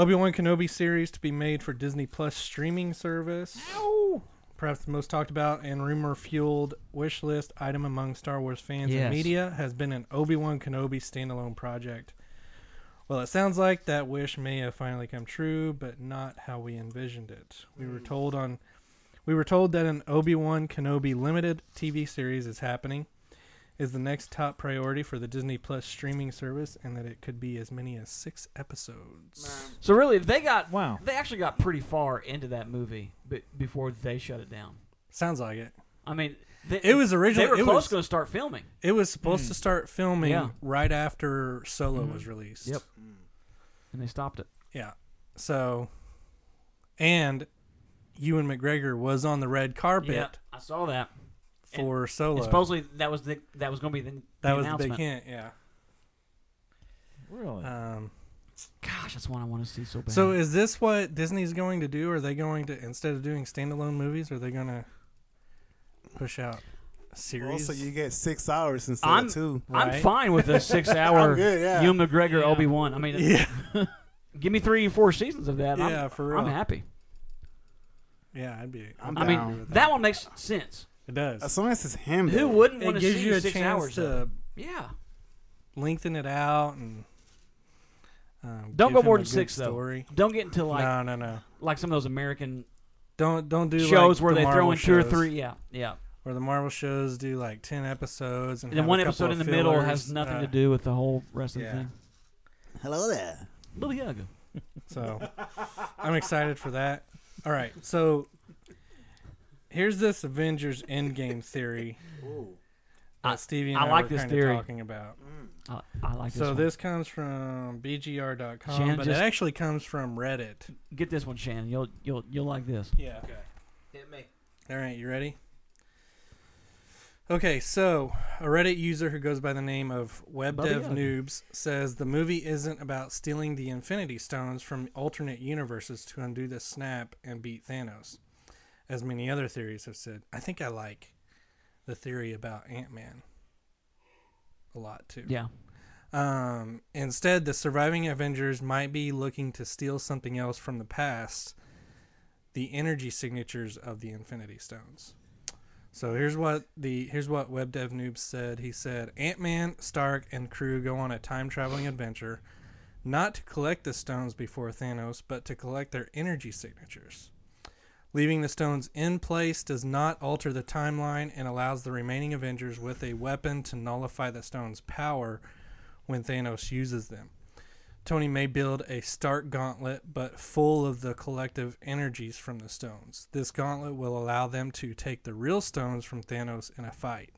B: Obi Wan Kenobi series to be made for Disney Plus streaming service. Perhaps the most talked about and rumor fueled wish list item among Star Wars fans
C: Yes.
B: and media has been an Obi Wan Kenobi standalone project. Well, it sounds like that wish may have finally come true, but not how we envisioned it. We
C: Hmm.
B: were told on, we were told that an Obi Wan Kenobi limited TV series is happening, is the next top priority for the Disney Plus streaming service, and that it could be as many as six episodes.
C: So really, they got
A: Wow.
C: they actually got pretty far into that movie b- before they shut it down.
B: Sounds like it.
C: I mean, they,
B: It was
C: they
B: originally
C: were
B: it was,
C: close to start filming.
B: it was supposed to start filming
C: Yeah. Hmm.
B: right after Solo was released.
C: Yep. and they stopped it.
B: Yeah. So, and Ewan McGregor was on the red carpet
C: Yeah, I saw that. and-
B: for Solo.
C: And supposedly that was the that was going to be the, the
B: that was the
C: announcement.
B: big hint. Yeah.
A: Really?
B: Um,
C: Gosh, that's one I want to see so bad.
B: so is this what Disney's going to do? Are they going to instead of doing standalone movies, are they going to push out series?
D: Also, you get six hours instead
C: I'm-
D: of two.
C: I'm
B: right?
C: fine with a six-hour
D: I'm good, yeah.
C: Ewan McGregor
B: Yeah.
C: Obi Wan. I mean,
B: yeah,
C: give me three, four seasons of that.
B: Yeah,
C: I'm,
B: for real.
C: I'm happy.
B: yeah, I'd be.
D: I'm
C: I
D: down
C: mean,
D: with
C: that one makes sense.
B: It does.
D: As long as it's him.
C: Who
D: though.
C: wouldn't want
B: it
C: to
B: gives
C: see
B: you a
C: six
B: chance
C: hours?
B: to
C: of- yeah,
B: lengthen it out and um,
C: Don't
B: give
C: go
B: him
C: more
B: a
C: than
B: good
C: six, though.
B: story.
C: don't get into like
B: no, no, no.
C: like some of those American
B: Don't don't do
C: shows
B: like
C: where
B: the
C: they throw
B: Marvel
C: in two or
B: shows,
C: three. Yeah, yeah.
B: Where the Marvel shows do like ten episodes and,
C: And then
B: have a
C: one
B: couple of
C: episode in the middle has
B: fillers,
C: nothing
B: uh,
C: to do with the whole rest of
B: yeah.
C: the thing.
D: Hello there.
C: Lily Yaga.
B: So I'm excited for that. All right, so here's this Avengers Endgame theory that
C: I-
B: Stevie and
C: I
B: I,
C: like
B: were
C: this
B: kinda
C: theory.
B: talking about.
D: mm.
C: I, I like this.
B: so
C: one.
B: this comes from bgr.com,
C: Shannon
B: but
C: just-
B: it actually comes from Reddit.
C: get this one, Shannon. You'll you'll you'll like this.
B: Yeah.
A: Hit me.
B: All right, you ready? Okay, so a Reddit user who goes by the name of
C: Bubby
B: WebDev
C: Young.
B: Noobs says the movie isn't about stealing the Infinity Stones from alternate universes to undo the snap and beat Thanos, as many other theories have said. I think I like the theory about Ant Man a lot too.
C: Yeah,
B: Um, instead, the surviving Avengers might be looking to steal something else from the past the energy signatures of the Infinity Stones. So here's what the here's what Web Dev Noob said. He said Ant Man, Stark, and crew go on a time traveling adventure, not to collect the stones before Thanos, but to collect their energy signatures. Leaving the stones in place does not alter the timeline and allows the remaining Avengers with a weapon to nullify the stones' power when Thanos uses them. Tony may build a Stark gauntlet, but full of the collective energies from the stones. This gauntlet will allow them to take the real stones from Thanos in a fight.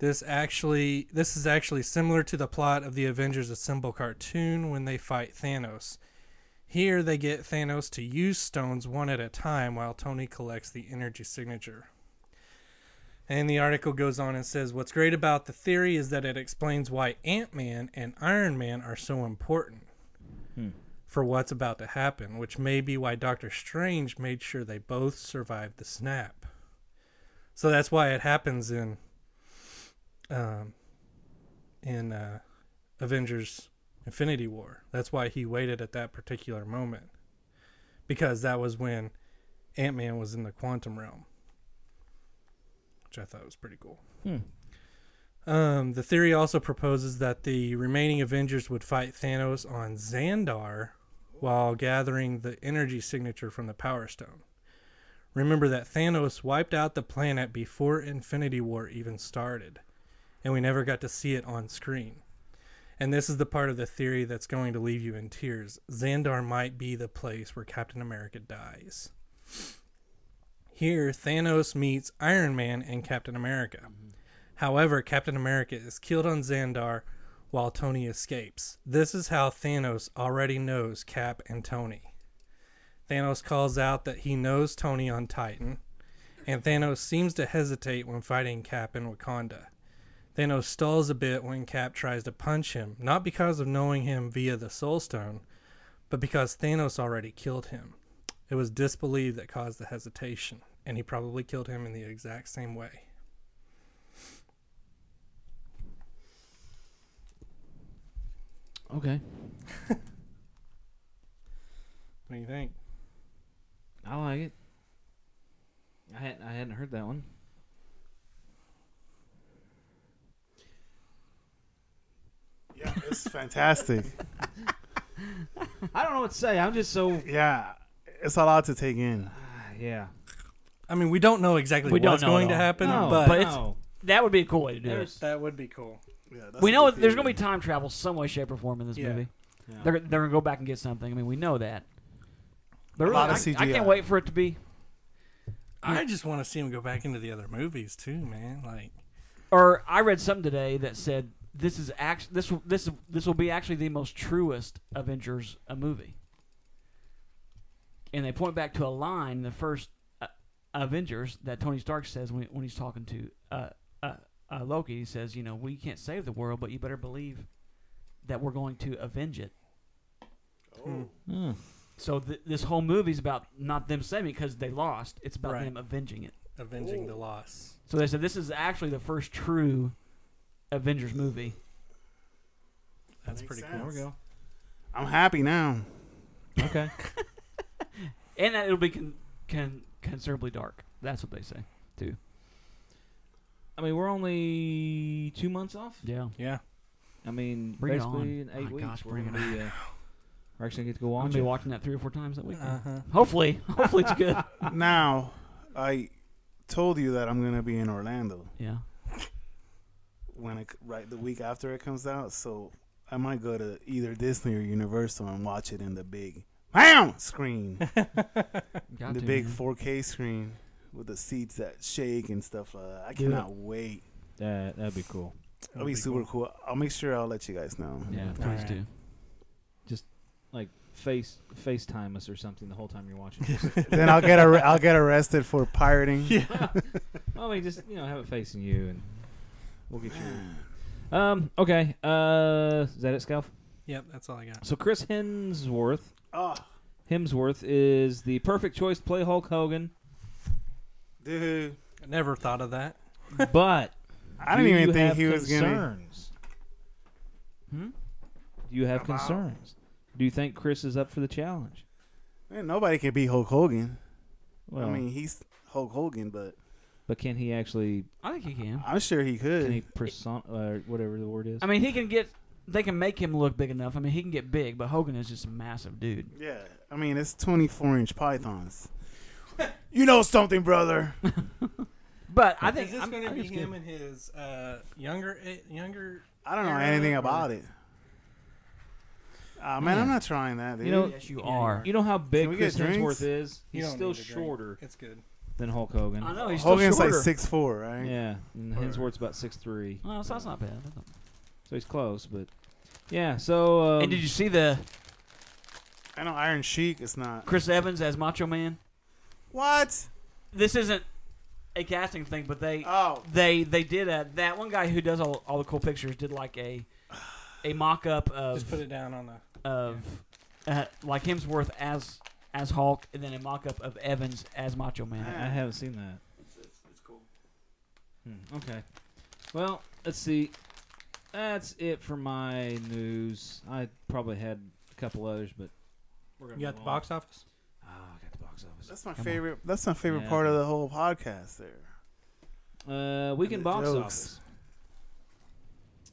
B: This actually, this is actually similar to the plot of the Avengers Assemble cartoon when they fight Thanos. Here they get Thanos to use stones one at a time while Tony collects the energy signature. And the article goes on and says, What's great about the theory is that it explains why Ant Man and Iron Man are so important for what's about to happen, which may be why Doctor Strange made sure they both survived the snap. So that's why it happens in um, in uh, Avengers Infinity War. That's why he waited at that particular moment. Because that was when Ant Man was in the quantum realm. Which I thought was pretty cool.
A: Hmm.
B: Um, the theory also proposes that the remaining Avengers would fight Thanos on Xandar while gathering the energy signature from the Power Stone. Remember that Thanos wiped out the planet before Infinity War even started, and we never got to see it on screen. And this is the part of the theory that's going to leave you in tears. Xandar might be the place where Captain America dies. Here, Thanos meets Iron Man and Captain America. However, Captain America is killed on Xandar while Tony escapes. This is how Thanos already knows Cap and Tony. Thanos calls out that he knows Tony on Titan, and Thanos seems to hesitate when fighting Cap in Wakanda. Thanos stalls a bit when Cap tries to punch him, not because of knowing him via the Soul Stone, but because Thanos already killed him. It was disbelief that caused the hesitation, and he probably killed him in the exact same way.
C: okay.
B: What do you think?
A: I like it. I hadn't, I hadn't heard that one.
D: Yeah, it's fantastic.
A: I don't know what to say. I'm just so
D: yeah, it's a lot to take in.
A: ah, yeah.
B: I mean, we don't know exactly
C: We don't
B: what's
C: know
B: going
C: at
B: to
C: all.
B: happen,
A: No,
B: but,
C: but it's- That would be a cool way to do it.
A: There's-
B: that would be cool.
D: Yeah,
C: We know there's going to be time travel some way, shape, or form in this
B: Yeah.
C: movie.
D: Yeah.
C: They're they're going to go back and get something. I mean, we know that. But
D: A
C: really,
D: lot of
C: I, I
D: CGI.
C: can't wait for it to be,
B: I just want to see him go back into the other movies too, man. Like,
C: or I read something today that said this is act this will- this this will be actually the most truest Avengers a movie. And they point back to a line in the first uh, Avengers that Tony Stark says when, when he's talking to uh, uh, uh, Loki. He says, "You know, we can't save the world, but you better believe that we're going to avenge it."
B: Hmm.
A: Mm.
C: So th- this whole movie's about not them saving because they lost. It's about
B: Right.
C: them avenging it.
B: avenging the loss.
C: So they said this is actually the first true Avengers movie.
B: That's
D: Makes
B: pretty
A: There
B: cool.
A: we go.
D: I'm happy now.
A: Okay.
C: and that it'll be con- con- considerably dark. That's what they say.
A: I mean, we're only two months off.
C: Yeah,
B: Yeah,
A: I mean,
C: Bring it
A: basically
C: on.
A: in eight
C: My
A: weeks,
C: gosh,
A: we're
C: bring
A: gonna
C: it
A: be, uh, we're actually gonna get to go
C: I'm
A: watch
C: gonna be
A: it.
C: watching that three or four times that week.
B: uh-huh.
C: Hopefully, hopefully it's good.
D: Now, I told you that I'm gonna be in Orlando
C: Yeah,
D: when it, right the week after it comes out, so I might go to either Disney or Universal and watch it in the big bam screen,
C: got
D: the
C: to,
D: big
C: man.
D: 4K screen with the seats that shake and stuff like that. I
A: Yeah.
D: cannot wait.
A: That that'd be cool.
D: That'll be super cool. I'll make sure I'll let you guys know.
C: Yeah,
A: All
C: please
B: right.
C: do.
A: Like face FaceTime us or something the whole time you're watching.
D: then I'll get ar- I'll get arrested for pirating.
A: well, we just you know have it facing you, and we'll get you. Um. Okay. Uh. Is that it, Scalf?
B: Yep, that's all I got.
A: So Chris Hemsworth,
D: Oh,
A: Hemsworth is the perfect choice to play Hulk Hogan,
D: dude,
B: I never thought of that.
A: but
D: I didn't
A: do
D: even
A: you
D: think
A: have
D: he was gonna.
A: concerns?
C: Hmm?
A: Do you have
D: Come on.
A: concerns? Do you think Chris is up for the challenge?
D: Man, nobody can beat Hulk Hogan.
A: Well,
D: I mean, he's Hulk Hogan, but
A: but can he actually?
C: I think he can.
D: I'm sure he could.
A: Can he person uh, whatever the word is?
C: I mean, he can get. They can make him look big enough. I mean, he can get big, but Hogan is just a massive dude.
D: yeah, I mean, it's 24 inch pythons. you know something, brother?
C: But I think
B: is this
C: I'm-
B: going
C: I
B: to be
C: think it's good.
B: him and his uh, younger eh, younger?
D: I don't know
B: Yeah,
D: anything
B: brother.
D: about it. Ah, man, I'm not trying that, dude.
A: You know-
C: Yes, you
B: Yeah, you
C: are.
A: you know how big
D: Can we
A: Chris
D: get drinks?
A: Hemsworth is.
B: You
A: He's
B: don't
A: still
B: need to drink.
A: shorter
B: It's good.
A: than Hulk Hogan.
C: I know he's still
D: Hogan's like
C: shorter.
D: six four, right?
A: Yeah, and
B: Or-
A: Hemsworth's about six three,
C: Oh, so that's not bad. That's not-
A: so he's close. But yeah, so um,
C: and did you see the
D: I know Iron Sheik is not.
C: Chris Evans as Macho Man?
D: What?
C: This isn't a casting thing, but they
D: Oh,
C: they they did a that one guy who does all, all the cool pictures did like a a mock up
B: Just
C: of
B: put it down on the.
C: of uh, like Hemsworth as as Hulk, and then a mock up of Evans as Macho Man.
A: I I haven't seen that.
C: It's, it's, it's cool.
A: Hmm, okay. Well, let's see. That's it for my news. I probably had a couple others, but we're gonna
B: You got
A: move
B: the
A: on.
B: box office.
A: Oh, I got the box office.
D: that's my
C: Come on.
D: favorite. That's my favorite
A: Yeah.
D: part of the whole podcast. There.
A: Uh, weekend
D: The
A: box
D: jokes.
A: office.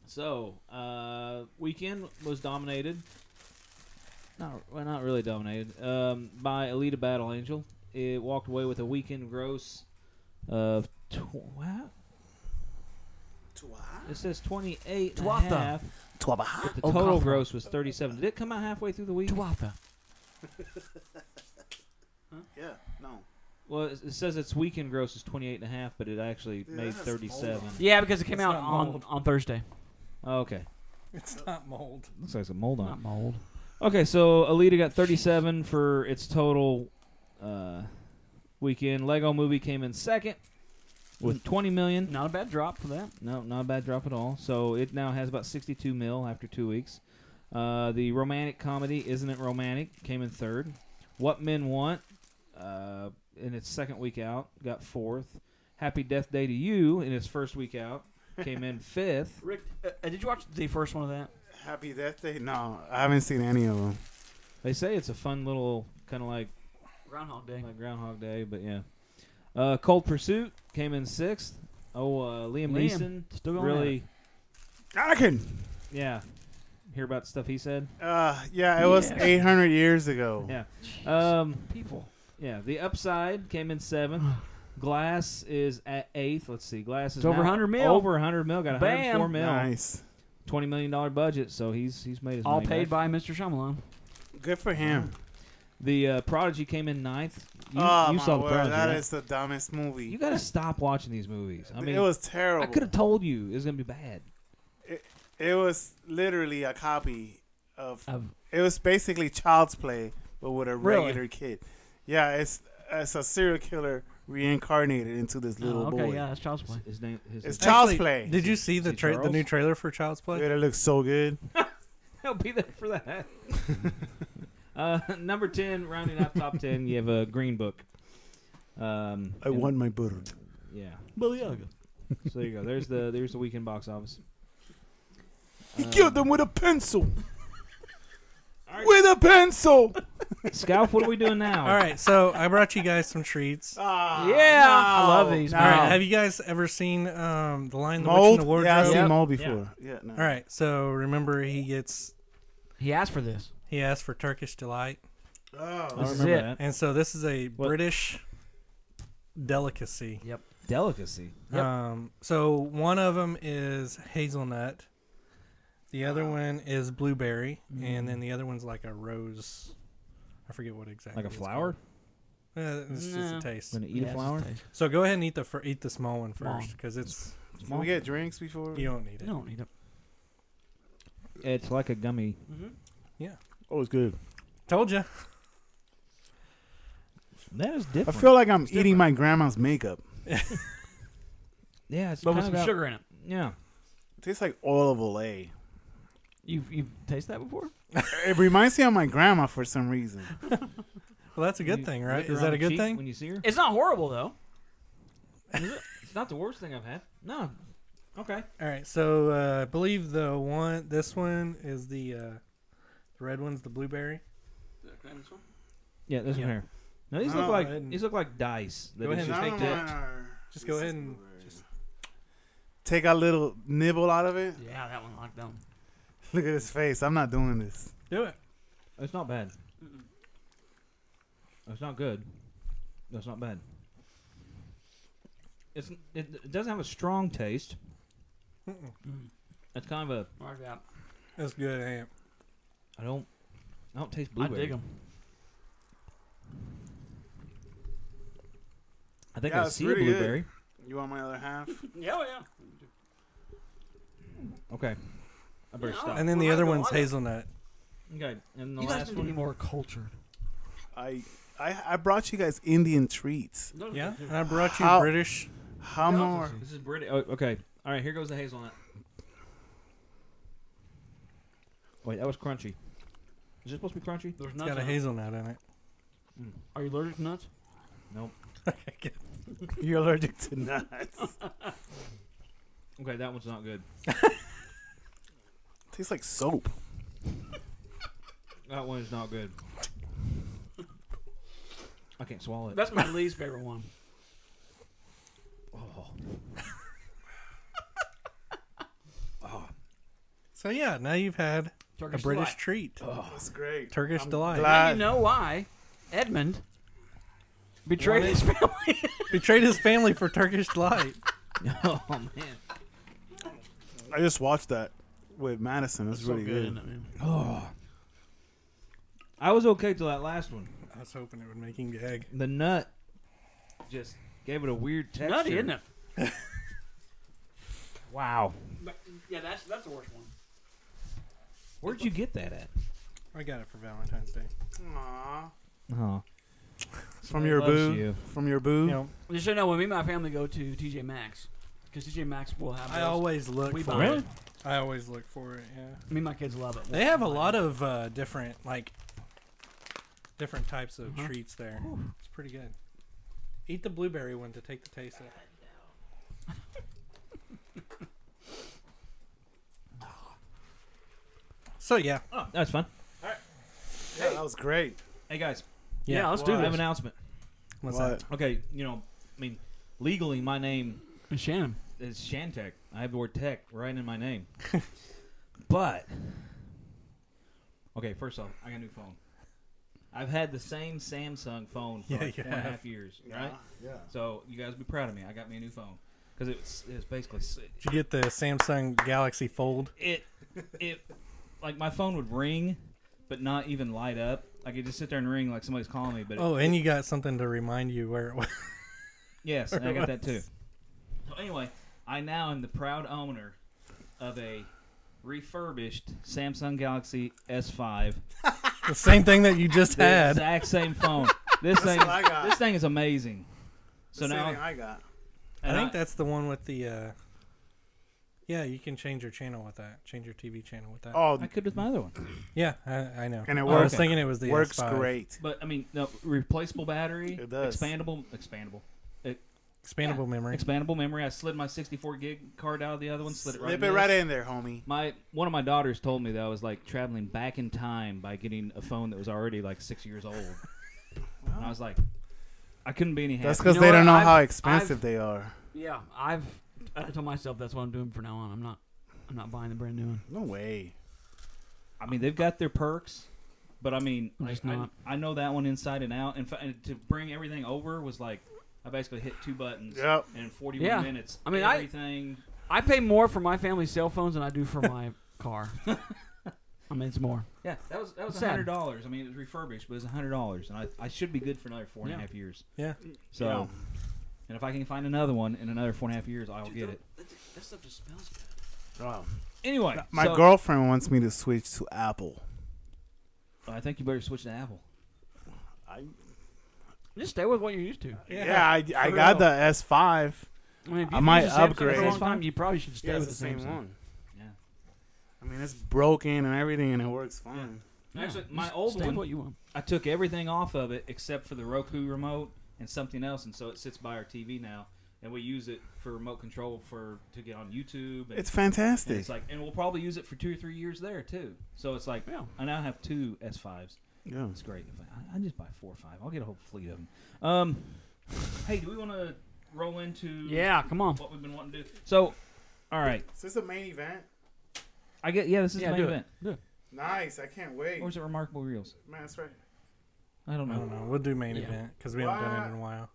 A: So, uh, weekend was dominated. Not well, not really dominated. Um, by Elita Battle Angel, it walked away with a weekend gross of tw- wow. It says twenty eight and a
C: Twatha.
A: half. But the
C: Oh,
A: total
C: Kafa.
A: gross was 37. Did it come out halfway through the week?
C: Tuatha.
D: Yeah. No.
A: Well, it it says its weekend gross is 28 and a half, but it actually
D: Dude,
A: made
D: that's
A: 37.
C: Yeah, because it came
B: It's
C: out
B: not
C: on,
B: mold.
C: on Thursday.
A: Oh, okay.
B: It's not mold.
A: Looks like some mold
C: Not mold.
A: Okay, so Alita got 37 for its total uh, weekend. Lego Movie came in second with 20 million.
C: Not a bad drop for that.
A: No, not a bad drop at all. So it now has about 62 mil after two weeks. Uh, the romantic comedy, Isn't It Romantic, came in third. What Men Want, uh, in its second week out, got fourth. Happy Death Day to You, in its first week out, came in fifth.
C: Rick, uh, uh, did you watch the first one of that?
D: Happy Death Day? No, I haven't seen any of them.
A: They say it's a fun little kind of like,
C: Groundhog Day.
A: like Groundhog Day, but yeah. Uh, Cold Pursuit came in sixth. Oh, uh, Liam,
C: Liam,
A: Neeson
C: Still going at
A: really,
C: it.
D: I can.
A: yeah. Hear about stuff he said.
D: Uh, yeah, it was
C: Yeah.
D: 800 years ago.
A: Yeah.
C: Jeez.
A: Um,
C: people.
A: Yeah, the upside came in seventh. Glass is at eighth. Let's see. Glass is
C: It's over
A: now
C: 100 mil.
A: Over 100 mil. Got 104
C: Bam.
A: mil.
D: Nice.
A: Twenty million dollar budget. So he's he's made his
C: All
A: money back.
C: paid by Mr. Shyamalan.
D: Good for him.
A: The uh, Prodigy came in ninth. You,
D: oh,
A: you
D: my
A: saw the
D: word.
A: Prodigy.
D: that
A: right?
D: is the dumbest movie.
A: You got to stop watching these movies. I mean,
D: it was
A: I
D: terrible.
A: could have told you it was gonna be bad.
D: It was literally a copy of.
C: Of
D: It was basically Child's Play, but with a
C: Really?
D: regular kid. Yeah, it's it's a serial killer reincarnated into this little
C: oh, okay,
D: boy.
C: yeah, that's child's play.
A: His name. His his,
D: It's Child's Play.
B: Did you
A: Is he-
B: see
A: is
B: the
A: he
B: tra- the
A: Charles?
B: new trailer for Child's Play?
D: Dude, it looks so good.
A: I'll be there for that. uh, number ten, rounding out top ten, you have a Green Book. Um,
D: I
A: and-
D: want my burger.
A: Yeah.
C: Baleaga.
A: So there you go. There's the there's the weekend box office.
D: He killed them with a pencil.
A: Alright.
D: With a pencil.
A: Scalp, what are we doing now?
B: All right, so I brought you guys some treats. All
D: Ah,
C: Yeah, I
D: no,
C: love these.
D: no.
B: right, have you guys ever seen um, the Lion, the Witch,
D: mold?
B: and the Wardrobe?
D: Yeah, I've
C: Yep.
D: seen mold before. Yeah, no.
B: All right, so remember he gets
C: He asked for this.
B: he asked for Turkish delight,
A: I
D: Oh,
A: don't
C: This is
A: remember
C: it.
A: that.
B: and so this is a
A: What?
B: British delicacy.
A: Delicacy.
C: Yep.
B: Um, so one of them is hazelnut, the other one is blueberry,
A: Mm.
B: and then the other one's like a rose. I forget what exactly.
A: Like a
B: it's
A: flower?
B: called. Uh, it's just
C: No.
B: a taste.
A: Gonna eat
C: Yeah,
A: a
C: it's
A: flower?
C: just taste.
B: So go ahead and eat the fir- eat the small one
C: Small.
B: first because it's
D: Can we get drinks before?
B: you don't need it.
C: You don't need it.
A: It's like a gummy.
D: Oh, it's good.
B: Told you.
A: That is
D: I
A: different.
D: feel like I'm eating my grandma's makeup.
A: yeah, it's
C: But
A: kind
C: with
A: of
C: some
A: about-
C: sugar in it.
A: Yeah.
D: It tastes like oil of Olay.
C: You've you've tasted that before?
D: It reminds me of my grandma for some reason.
B: Well, that's a
A: When
B: good
A: you
B: thing,
A: lick
B: right?
A: her
B: Is
A: on
B: that
A: the
B: a good
A: cheek
B: thing?
A: When you see her?
C: It's not horrible though.
A: It's not the worst thing I've had. No. Okay.
B: All right. So uh, I believe the one this one is the uh, the red one's the blueberry.
A: Yeah, this
C: Yeah.
A: one here. No, these
D: No,
A: look
D: I
A: like
B: didn't.
A: these look like dice. That
B: Go
A: it's
B: ahead
A: just
B: and
A: dipped.
B: Just go ahead and just
D: take a little nibble out of it.
C: Yeah, that one locked down.
D: Look at his face. I'm not doing this.
B: do it.
A: It's not bad. It's not good. That's not bad. It's it, it doesn't have a strong taste.
B: Mm-mm.
A: Mm. It's kind of a
C: Mark that.
B: That's good. Amp.
A: I don't I don't taste
C: I
A: blueberry.
C: dig them.
A: I think
D: Yeah,
A: I
D: it's
A: see a
D: pretty good.
A: blueberry.
D: You want my other half?
C: Yeah, yeah.
A: Okay. I better
C: Yeah,
A: stop.
B: And then the
C: Oh, Well, I
B: other
C: don't
B: one's
C: like it.
B: hazelnut.
A: okay. And the
C: you guys
A: last
C: need to be
A: one.
C: more cultured.
D: I, I I brought you guys Indian treats.
B: Yeah, and I brought you
D: How-
B: British.
D: How more?
A: This is British. Oh, okay. All right, here goes the hazelnut. Wait, that was crunchy. Is it supposed to be crunchy?
C: There's
B: It's
C: nuts.
B: got a
C: in it.
B: hazelnut in it.
C: Are you allergic to nuts?
A: Nope.
D: You're allergic to nuts.
A: Okay, that one's not good.
D: Tastes like soap.
A: That one is not good. I can't swallow it.
C: That's my least favorite one.
A: Oh.
B: So yeah, now you've had
C: Turkish
B: a British
C: delight.
B: treat,
C: Oh.
D: That's Oh, great.
B: Turkish delight.
C: Now
D: Glad.
C: you know why Edmund betrayed
B: Why?
C: his family.
B: Betrayed his family for Turkish delight.
A: oh man.
D: I just watched that with Madison. That's really good.
C: isn't it, man?
A: Oh. I was okay till that last one.
B: I was hoping it would make him gag.
A: The nut just gave it a weird texture.
C: Nutty, isn't it?
A: Wow.
C: But, yeah, that's that's the worst one.
A: Where'd you get that at?
B: I got it for Valentine's Day.
D: Aww.
A: Oh.
D: From your
A: loves
D: boo.
A: you.
D: From your
B: You
D: boo.
B: know,
C: Just so you know, when me and my family go to TJ Maxx, because TJ Maxx will have.
B: I
C: those.
B: always look.
C: We
B: for
C: buy
B: it.
C: it.
A: Really?
B: I always look for it. Yeah.
C: Me and my kids love it.
B: They have a lot of uh, different like different types of
C: Uh-huh.
B: treats there. It's pretty good. Eat the blueberry one to take the taste out. so yeah,
A: Oh, that's fun.
D: Yeah, that was great.
A: Hey guys,
C: Yeah,
B: Yeah,
C: let's do
A: I have
C: this.
A: an announcement.
B: what's
D: What?
B: that?
A: Okay, you know, I mean, legally my name
C: And Shannon.
A: is Shantech. I have the word tech right in my name. but okay, first off, I got a new phone. I've had the same Samsung phone for
B: Yeah,
A: like
B: you
A: four and a half
B: have.
A: years,
D: Yeah,
A: right?
D: Yeah.
A: So you guys be proud of me. I got me a new phone because it's it's basically s-
B: Did you get the Samsung Galaxy Fold?
A: it it like my phone would ring, but not even light up. Like it just sit there and ring like somebody's calling me. But it-
B: Oh, and you got something to remind you where it was.
A: Yes, and I got that too. So anyway, I now am the proud owner of a refurbished Samsung Galaxy S5.
B: The same thing that you just
A: The
B: had.
A: exact same phone. This thing,
D: what I got.
A: this thing is amazing. So
D: Same
A: now,
D: thing I got.
B: I
A: and
B: think that's the one with the. uh Yeah, you can change your channel with that. Change your TV channel with that.
D: Oh,
A: I could with my other one.
B: Yeah, I, I know.
D: And it
B: I
D: works.
B: was thinking it was the
D: works
B: S5.
D: great.
A: But I mean, no, replaceable battery,
D: It does.
A: expandable, expandable,
B: Expandable memory.
A: expandable memory. I slid my 64 gig card out of the other one, slid it right.
D: Slip
A: in
D: it
A: there.
D: right in there, homie.
A: My one of my daughters told me that I was like traveling back in time by getting a phone that was already like six years old. and I was like, I couldn't be any happier.
D: That's because
C: know
D: they
C: what?
D: don't know
C: I've-
D: how
C: I've-
D: expensive they are.
C: Yeah, I've I told myself that's what I'm doing from now on. I'm not I'm not buying the brand new one.
D: No way.
A: I mean, they've got their perks, but I mean,
C: I'm
A: like,
C: just
A: I,
C: not.
A: I know that one inside and out. And, fa- and to bring everything over was like, I basically hit two buttons
D: Yep.
A: in 41
C: Yeah.
A: minutes.
C: I mean, I-
A: everything.
C: I pay more for my family's cell phones than I do for my car. I mean, it's more.
A: yeah, that was that was
C: Sad.
A: hundred dollars. I mean, it was refurbished, but it was hundred dollars, and I, I should be good for another four and a
C: Yeah.
A: half years.
B: Yeah.
A: So, and if I can find another one in another four and a half years, I'll get it.
C: That stuff just smells good.
D: Wow.
A: Anyway,
D: My
A: so-
D: girlfriend wants me to switch to Apple.
A: I think you better switch to Apple.
D: I,
C: Just stay with what you're used to.
D: yeah, I, I got the S5.
C: I mean, if
D: I
C: you've
D: might
C: used Samsung
D: upgrade.
C: For a long time, you probably should stay
D: Yeah,
C: with
D: it's
C: the
D: the same
C: Samsung.
D: one.
A: Yeah.
D: I mean, it's broken and everything, and it works fine.
C: Yeah,
A: Actually,
C: just
A: my old
C: stay with
A: one,
C: what you want.
A: I took everything off of it except for the Roku remote and something else, and so it sits by our TV now, and we use it for remote control for to get on YouTube. And,
D: It's
A: and
D: fantastic.
A: it's like, and we'll probably use it for two or three years there too. So it's like,
C: Yeah.
A: I now have two S5s.
D: yeah.
A: It's great. If I, I just buy four or five. I'll get a whole fleet of them. Um, hey, do we want to roll into
C: Yeah, come on.
A: what we've been wanting to do? So, all right,
D: Is this the main event?
A: I get yeah, this is
C: Yeah,
A: the
C: do
A: main
C: it.
A: event.
C: Do it.
D: Nice. I can't wait.
A: Or is it Remarkable Reels?
D: Man, that's right.
A: I don't
B: I
A: know.
B: don't know. We'll do main
C: Yeah.
B: event because we haven't done it in a while.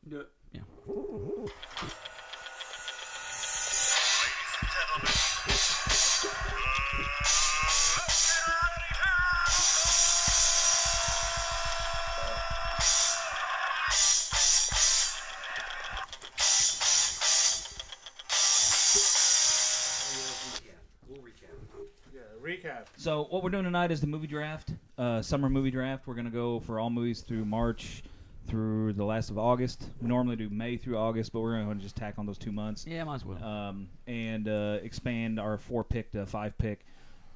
D: Yeah, recap.
A: So what we're doing tonight is the movie draft, uh, summer movie draft. We're gonna go for all movies through March through the last of August. We normally do May through August, but we're gonna just tack on those two months
C: Yeah, might as well.
A: um, and uh, expand our four pick to five pick.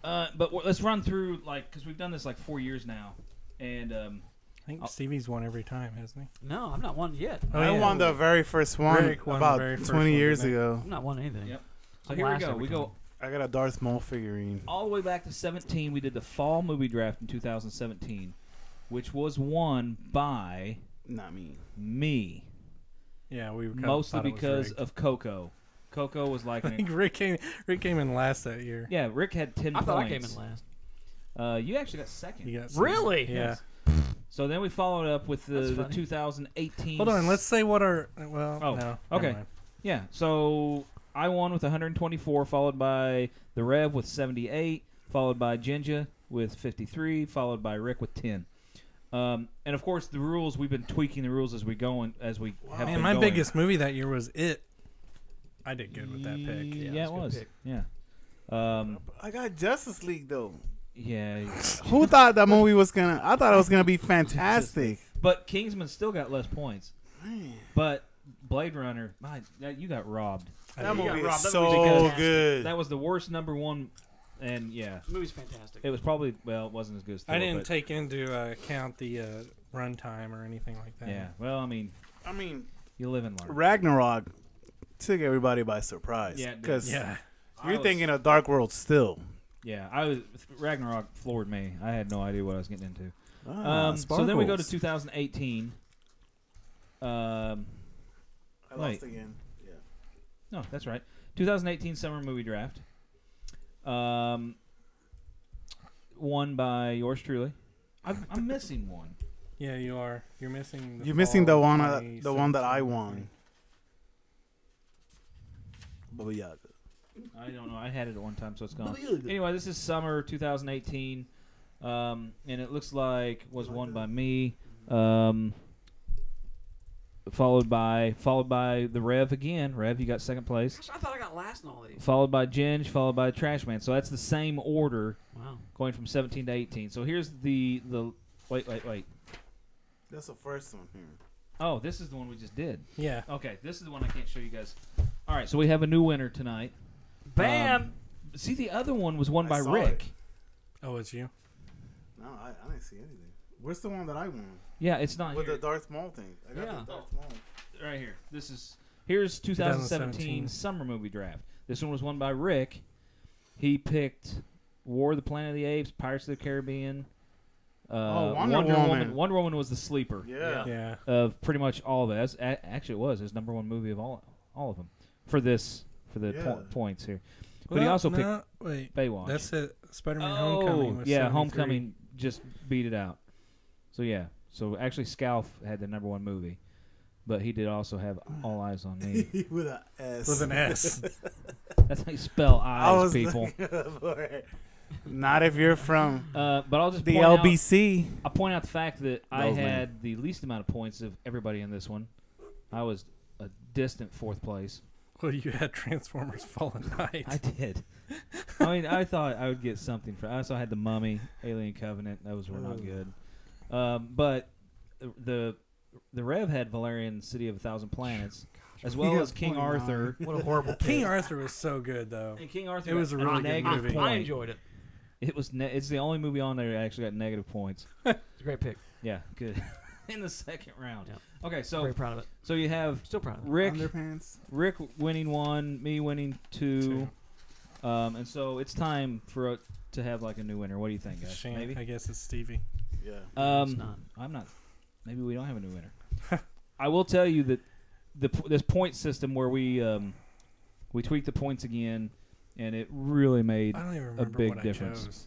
A: Uh, but w- let's run through like because we've done this like four years now, and um,
B: I think
A: Oh.
B: Stevie's won every time, hasn't he?
C: no, I'm not one yet.
B: Oh,
D: I
B: yeah.
D: won the very first one
B: Rick won the
D: about
B: very first
D: 20
B: one,
D: years
B: didn't
D: ago.
C: I'm not one anything.
A: Yep. so
C: I'm
A: here we
C: last
A: go.
C: every
A: We
C: time.
A: go
D: I got a Darth Maul figurine.
A: all the way back to 17. We did the fall movie draft in 2017, which was won by
D: Not me.
A: me.
B: Yeah, we were kinda
A: mostly
B: thought it was
A: because
B: rigged.
A: of Coco. Coco was like,
B: I think Rick came. Rick came in last that year.
A: yeah, Rick had ten
C: I
A: points.
C: thought I came in last.
A: Uh, you actually got second.
B: He got some-
C: Really?
B: Yeah.
A: So then we followed up with the,
C: That's
A: the
C: funny.
A: 2018.
B: Hold on. Let's say what our. Well,
A: Oh,
B: no.
A: okay.
B: never mind.
A: Yeah. So I won with 124, followed by the Rev with 78, followed by Jinja with 53, followed by Rick with 10. Um, and of course, the rules we've been tweaking the rules as we go and as we have.
B: Man,
A: been
B: my
A: going.
B: biggest movie that year was It. I did good with that pick.
A: Yeah,
C: that's
A: it
C: a good
A: was.
C: pick.
A: Yeah. Um,
D: I got Justice League, though.
A: yeah.
D: Who thought that movie was going to. I thought it was going to be fantastic.
A: But Kingsman still got less points.
D: Man.
A: But Blade Runner, my, that, you got robbed.
D: That
C: You got
D: movie
C: robbed.
D: is
C: That movie's
D: so
C: fantastic.
D: good.
A: That was the worst number one, and yeah,
C: The movie's fantastic.
A: it was probably well, it wasn't as good as. Thor,
B: I didn't
A: but-
B: take into uh, account the uh, runtime or anything like that.
A: yeah, well, I mean,
D: I mean,
A: you live and learn.
D: Ragnarok took everybody by surprise.
A: Yeah, it did.
D: Because
B: Yeah.
A: I
D: you're
A: was-
D: thinking of Dark World still.
A: Yeah, I was Ragnarok floored me. I had no idea what I was getting into.
D: Ah,
A: Um, so then we go to
D: sparkles.
A: 2018. Um,
D: I lost
A: wait.
D: again. Yeah.
A: No, that's right. 2018 summer movie draft. Um, won by yours truly. I'm, I'm missing one.
B: Yeah, you are. You're missing. The
D: You're missing
B: fall
A: Oh,
D: the one, uh,
B: 2017.
D: the one that I won. Baba Yaga.
A: I don't know. I had it at one time, so it's gone. Anyway, this is summer 2018, um, and it looks like was won by me. Um, followed by followed by the Rev again. Rev, you got second place.
C: Gosh, I thought I got last in all these.
A: Followed by Ginge, followed by Trash Man. So that's the same order
C: Wow.
A: going from 17 to 18. So here's the the wait wait wait.
D: That's the first one here.
A: Oh, this is the one we just did.
B: Yeah.
A: Okay, this is the one I can't show you guys. All right, so we have a new winner tonight.
C: Bam.
A: Um, see, the other one was won
D: I
A: by
D: saw
A: Rick.
D: it.
B: Oh, it's you.
D: No, I, I didn't see anything. Where's the one that I won?
A: Yeah, it's not
D: With
A: here.
D: the Darth Maul thing. I got
C: Yeah.
D: the Darth Maul.
A: right here. This is here's 2017
B: 2017.
A: summer movie draft. This one was won by Rick. He picked War of the Planet of the Apes, Pirates of the Caribbean. Uh,
D: Oh, Wonder Woman.
A: Wonder Woman was the sleeper
D: Yeah.
B: Yeah.
A: of pretty much all of it. That's- a- Actually, it was his number one movie of all all of them for this for the
D: Yeah.
A: po- points here. But he also picked
B: no, wait.
A: Baywatch.
B: That's it. Spider-Man:
A: oh,
B: Homecoming. Was
A: yeah,
B: 73.
A: Homecoming just beat it out. So yeah, so actually Scalf had the number one movie, but he did also have All Eyes on Me.
D: With an S.
B: With an S.
A: That's how you spell
D: I
A: eyes,
D: was
A: people.
D: looking for it. Not if you're from
A: Uh, but I'll just
D: the
A: point out,
D: LBC.
A: I point out the fact that I
D: That was me.
A: had the least amount of points of everybody in this one. I was a distant fourth place.
B: Well, you had Transformers: Fallen Knight.
A: I did. I mean, I thought I would get something for. I also had the Mummy, Alien Covenant. Those were not
D: Ooh.
A: good. Um, but the the Rev had Valerian City of a Thousand Planets, as well
D: got
A: as King
D: point nine.
A: Arthur.
B: what a horrible. King Arthur was so good though.
A: And King Arthur.
B: It was a
A: got
B: really good
A: negative
B: movie.
A: point.
C: I enjoyed it.
A: It was. Ne- it's the only movie on there that actually got negative points.
C: It's a great pick.
A: Yeah, good. In the second round.
C: Yep.
A: Okay, so
C: Very proud of it.
A: so you have
C: Still proud of it.
A: Rick
D: Underpants.
A: Rick winning one, me winning two, um, and so it's time for a, to have like a new winner. What do you think, guys?
B: Shame.
A: Maybe
B: I guess it's Stevie.
D: Yeah.
A: um,
C: it's not.
A: I'm not. Maybe we don't have a new winner. I will tell you that the p- this point system where we um, we tweaked the points again, and it really made.
B: I don't even remember
A: big
B: what
A: difference.
B: I chose.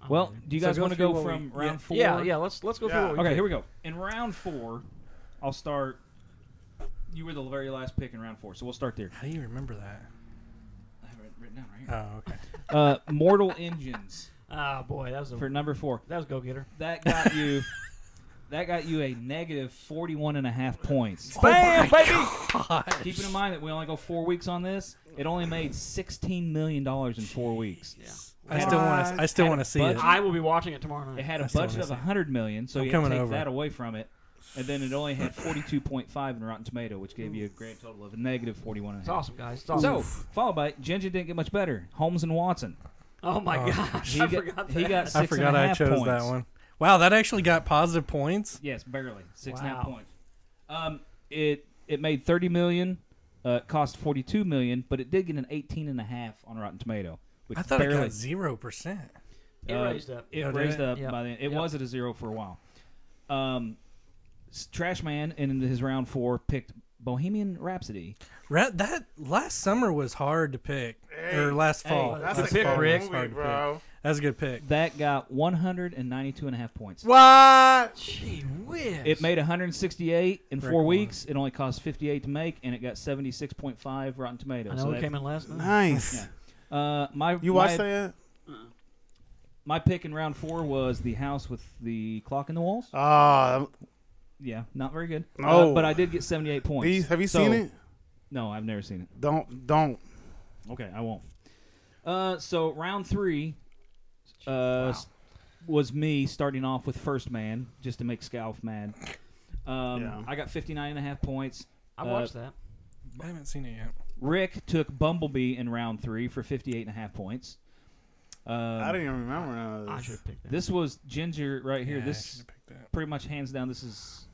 C: I'm
A: Well,
C: with
A: do you
B: So
A: guys
B: go
A: want to
B: through
A: go
B: what we-
A: from
B: yeah.
A: round
C: you.
A: four?
C: Yeah, yeah. Let's let's go through
D: Yeah.
C: what we
A: Okay,
C: picked.
A: here we go. In round four, I'll start. You were the very last pick in round four, so we'll start there.
B: How do you remember that?
A: I have it written down right here.
B: Oh, okay.
A: Uh, Mortal Engines
C: Ah, boy, that was a
A: for number four.
C: that was go getter.
A: That got you. that got you a negative 41 and a half points.
C: Bam, baby.
A: Keeping in mind that we only go four weeks on this, it only made 16 million dollars in four weeks.
C: Yeah.
B: I still want
D: What?
B: to. I still
A: Had
B: want
A: a
B: to see it.
A: budget.
C: I will be watching it tomorrow
A: It
C: night.
A: had a
B: That's what
A: budget
B: I
A: of
B: said.
A: 100 million, so
B: I'm
A: you had to
B: coming
A: take
B: over.
A: that away from it, and then it only had 42.5 in Rotten Tomato, which gave you a grand total of a negative 41 and
C: It's
A: a half.
C: awesome, guys.
B: Oh.
C: It's
A: So,
C: awesome.
A: followed by Ginger didn't get much better. Holmes and Watson.
C: oh my
B: Oh.
C: gosh,
A: uh, He
C: I
A: got-
C: forgot
A: he
C: that.
A: got-
B: I
A: six and a
B: forgot I
A: half
B: chose that
A: points.
B: one. Wow, that actually got positive points.
A: Yes, barely six and a half
C: Wow.
A: points. Um, it it made 30 million, uh, cost 42 million, but it did get an 18 and a half on Rotten Tomato, which
B: I thought
A: barely
B: it got zero percent.
C: It
A: uh,
C: raised up.
A: It
B: Oh, did
A: raised
B: it?
A: up
C: Yep.
A: by then. It
C: Yep.
A: was at a zero for a while. Um, s- Trash Man in his round four picked Bohemian Rhapsody.
B: Ra- that last summer was hard to pick, or last fall.
C: hey,
D: That's
B: Last
D: a
C: pick,
D: good
B: fall
C: Rick.
B: was
D: movie,
B: hard to pick.
D: bro.
B: That's a good pick.
A: That got 192 and a half points.
D: What?
C: Gee whiz.
A: It made 168 in
B: Rick
A: four
B: won.
A: weeks. It only cost 58 to make, and it got 76.5 Rotten Tomatoes.
C: I know
A: So
C: it
A: that-
C: came in last night.
D: Nice.
A: Yeah. uh, my
D: You
A: my,
D: watched that yet?
A: my pick in round four was the house with the clock in the walls.
D: Oh,
A: Yeah, not very good.
D: No.
A: Uh, but I did get 78 points.
D: Oh. these, have you
A: So-
D: seen it?
A: No, I've never seen it.
D: Don't, don't.
A: Okay, I won't. Uh, so round three uh,
C: Wow.
A: s- was me starting off with first man just to make Scalf mad. Um,
D: Yeah.
A: I got 59 and a half points.
C: I
A: uh,
C: watched that.
B: I haven't seen it yet.
A: Rick took Bumblebee in round three for 58 and a half points. Um,
D: I didn't even remember none of this.
C: I should have picked that.
A: uh, This was Ginger right here.
B: Yeah, I
A: this
B: should've picked that.
A: pretty much hands down. This is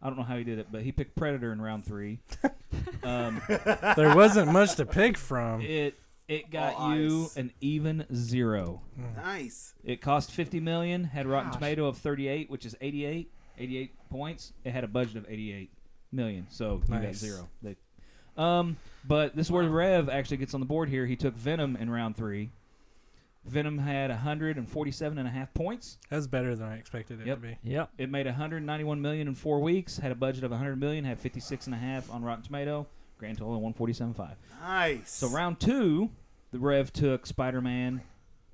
A: I don't know how he did it, but he picked Predator in round three. um,
B: there wasn't much to pick from.
A: it it got
D: All
A: you
D: eyes.
A: an even zero.
B: Mm.
D: Nice.
A: It cost 50 million, had Rotten
C: Gosh.
A: Tomato of 38, which is 88, 88 points. It had a budget of 88 million, so you got
B: Nice.
A: zero. They, um, but this is where Rev actually gets on the board here. He took Venom in round three. Venom had 147 and a half points.
B: That was better than I expected it
A: Yep.
B: to be.
C: Yep.
A: It made 191 million in four weeks. Had a budget of 100 million. Had 56 and a half on Rotten Tomato. Grand total of 147.5.
D: Nice.
A: So round two, the Rev took Spider Man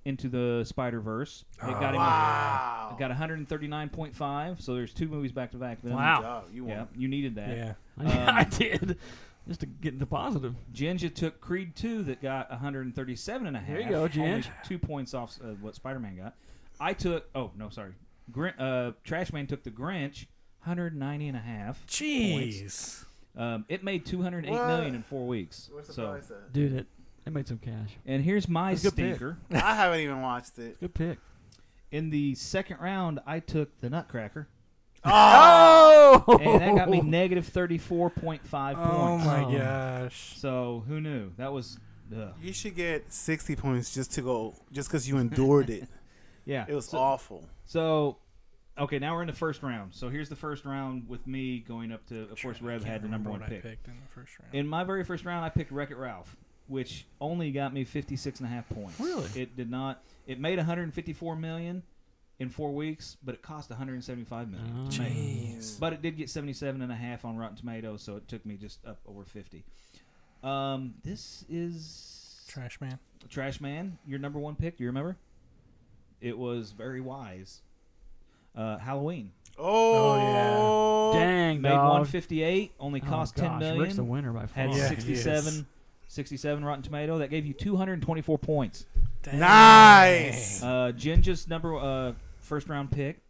A: Into the Spider Verse. It
B: Oh,
A: got him.
D: Wow.
A: It got 139.5. So there's two movies back to back. Then.
C: Wow.
D: Job. You
A: Yeah,
D: won.
A: you needed that.
B: Yeah.
A: Um,
C: I did just to get into positive.
A: Jinja took Creed 2 that got 137 and a half.
C: There you go, Ginge.
A: Only two points off uh, what Spider-Man got. I took oh no, sorry. Grin, uh Trashman took the Grinch 190 and a half.
B: Jeez.
A: Um, it made 208 million
D: What?
A: in 4 weeks.
D: Where's the
A: So
D: price at?
C: Dude, it, it made some cash.
A: and here's my
C: That's a good pick.
A: stinker.
D: I haven't even watched it.
C: Good pick.
A: In the second round, I took the Nutcracker.
C: Oh,
A: And that got me negative 34.5
B: Oh
A: points.
B: my
C: Oh.
B: gosh.
A: So, who knew? That was ugh.
D: You should get 60 points just to go, just because you endured it.
A: Yeah.
D: It was
A: so,
D: awful.
A: So, okay, now we're in the first round. So here's the first round with me going up to. Of course, Rev
B: Can't
A: had the number
B: remember
A: one
B: what I
A: pick.
B: picked in the first round.
A: In my very first round, I picked Wreck It Ralph, which only got me 56 and a half points.
C: Really?
A: It did not. It made 154 million in four weeks, but it cost 175 million.
B: Oh,
A: to make.
B: Jeez.
A: But it did get 77 and a half on Rotten Tomatoes, so it took me just up over 50. Um, this is
B: Trash man.
A: Trash Man, your number one pick. Do you remember? It was very wise. Uh, Halloween.
D: Oh, yeah.
C: Dang,
A: Made
C: dog.
A: 158, only cost
C: oh,
A: 10
C: gosh.
A: million.
C: Rick's the winner by far.
A: had
B: Yeah, he
A: 67,
B: is.
A: 67 Rotten Tomato. That gave you 224 points.
D: Nice.
A: Uh, Ginger's number uh, first round pick.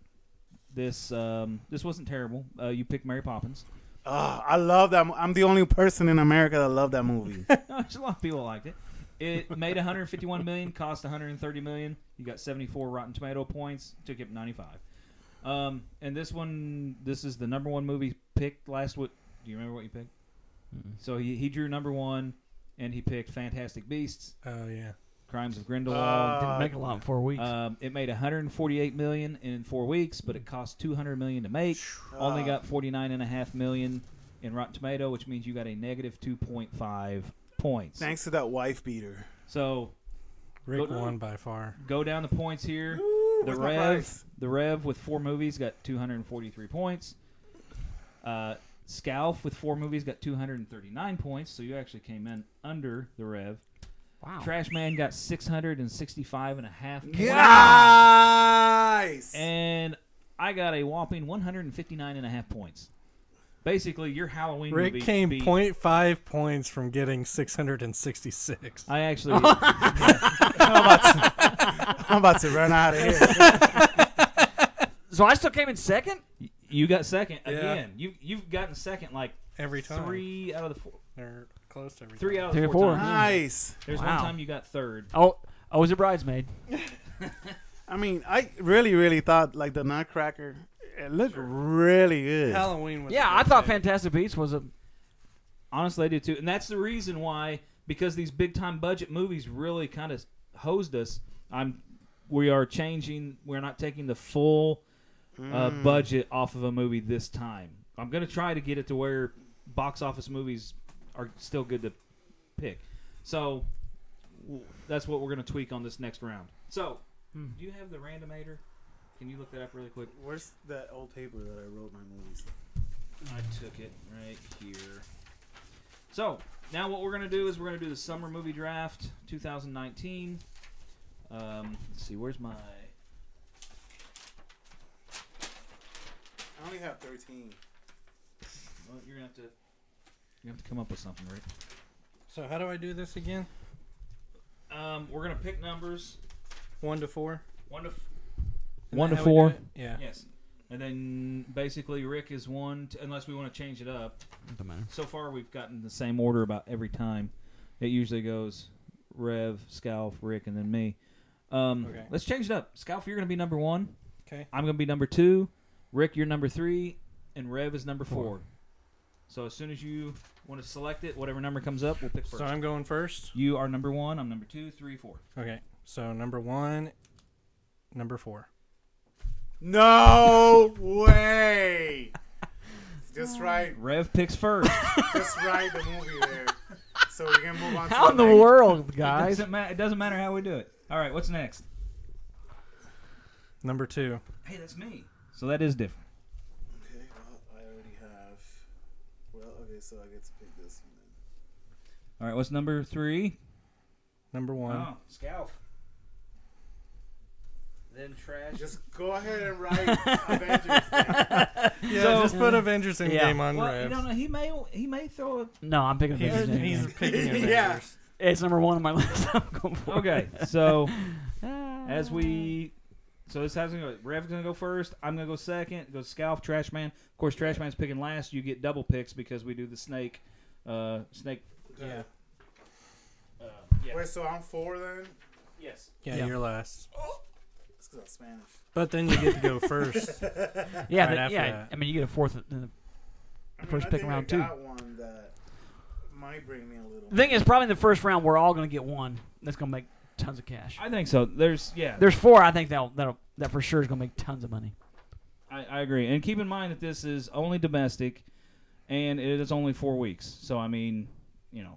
A: This um, this wasn't terrible. Uh, you picked Mary Poppins.
D: Oh, I love that. mo- I'm the only person in America that loved that movie.
A: There's a lot of people that liked it. It made 151 million, cost 130 million. You got 74 Rotten Tomato points. Took it 95. Um, and this one, this is the number one movie picked last week. Do you remember what you picked?
C: Mm-mm.
A: So he, he drew number one, and he picked Fantastic Beasts.
B: Oh yeah.
A: Crimes of Grindelwald.
D: Uh,
C: Didn't make a lot in four weeks.
A: um, it made 148 million in four weeks, but it cost 200 million to make. Only
D: Uh,
A: got 49 and a half million in Rotten Tomato, which means you got a negative 2.5 points.
D: Thanks to that wife beater.
A: So
B: Rick
A: Go-
B: won by far.
A: go down the points here. the
D: where's my
A: Rev,
D: price?
A: the Rev with four movies got 243 points. Uh, Scalf with four movies got 239 points, so you actually came in under the Rev.
C: wow.
A: Trash Man got 665 and a half points.
D: Nice.
A: and I got a whopping 159 and a half points. Basically, your Halloween
B: Rick
A: movie
B: came
A: beat-
B: 0.5 points from getting 666.
A: I actually, I
D: I'm about to run out of here.
C: So I still came in second.
A: you got second
B: Yeah.
A: again. You you've gotten second like
B: Every time.
A: three out of the four,
B: They're close to every
A: three
B: time.
A: out of
C: Three
A: the
C: or
A: four.
C: four.
A: times.
D: Nice.
A: There's
C: Wow.
A: one time you got third.
C: Oh, I was a bridesmaid.
D: I mean, I really, really thought like the Nutcracker. It looked really good.
B: Halloween was
C: Yeah, I thought Fantastic Beasts was a.
A: Honestly, I did too, and that's the reason why because these big time budget movies really kind of hosed us. I'm we are changing. We're not taking the full uh, budget off of a movie this time. I'm going to try to get it to where box office movies are still good to pick. So w- that's what we're going to tweak on this next round. So, do you have the randomator? Can you look that up really quick?
D: Where's that old paper that I wrote my movies?
A: I took it right here. So now what we're gonna do is we're gonna do the summer movie draft 2019. Um, let's see, where's my?
D: I only have 13.
A: Well, you're gonna have to. You have to come up with something, Rick.
B: So how do I do this again?
A: Um, we're gonna pick numbers
B: One to four.
A: one to. F-
B: Isn't
A: One
B: that
A: to
B: how we do
A: four.
B: it? Yeah.
A: Yes, and then basically Rick is one, t- unless we want to change it up.
C: Doesn't matter.
A: So far we've gotten the same order about every time. It usually goes Rev, Scalf, Rick, and then me. Um,
B: Okay.
A: Let's change it up. Scalf, you're gonna be number one.
B: Okay.
A: I'm gonna be number two. Rick, you're number three, and Rev is number four. So as soon as you want to select it, whatever number comes up, we'll pick first.
B: So I'm going first.
A: You are number one. I'm number two, three, four.
B: Okay. So number one, number four.
D: No way. Just write,
A: Rev picks first.
D: just write the movie there. So we can move on.
C: How
D: to
C: in the
D: next-
C: world,
A: it,
C: guys?
A: doesn't ma- it doesn't matter how we do it. All right, what's next?
B: Number two.
A: Hey, that's me. So that is different.
D: Okay, well, I already have. Well, okay, so I get to pick this one. Then.
A: All right, what's number three?
B: Number one.
A: Scalf. then trash.
D: Just go ahead and write Avengers.
B: Yeah,
A: So-
B: just put Avengers Endgame game on
A: well, you
B: Raps.
A: don't know. He may he may throw a
C: No, I'm picking
B: He's,
C: Avengers. Endgame.
B: he's picking Avengers.
D: Yeah.
C: It's number one on my list. I'm going for it.
A: Okay, so
C: Ah.
A: as we, so this hasn't go. Rev's gonna go first. I'm gonna go second. Go Scalp, Trash Man. Of course, Trash Man's picking last. You get double picks because we do the snake, uh, snake.
D: yeah.
A: Uh, yeah.
D: Wait, so I'm four then?
A: Yes.
B: Yeah,
C: Yeah.
B: you're last.
D: It's 'cause I'm Spanish.
B: But then you get to go first.
C: yeah,
B: right
C: but-
B: after
C: yeah.
B: that.
C: I mean, you get a fourth. in the-
D: I mean,
C: First
D: I
C: pick
D: think
C: round
D: I
C: two.
D: got one that might bring me a little.
C: The thing is, probably in the first round, we're all going to get one. That's going to make tons of cash.
A: I think so. There's yeah.
C: There's four. I think that'll, that'll that for sure is going to make tons of money.
A: I, I agree. And keep in mind that this is only domestic, and it is only four weeks. So I mean, you know.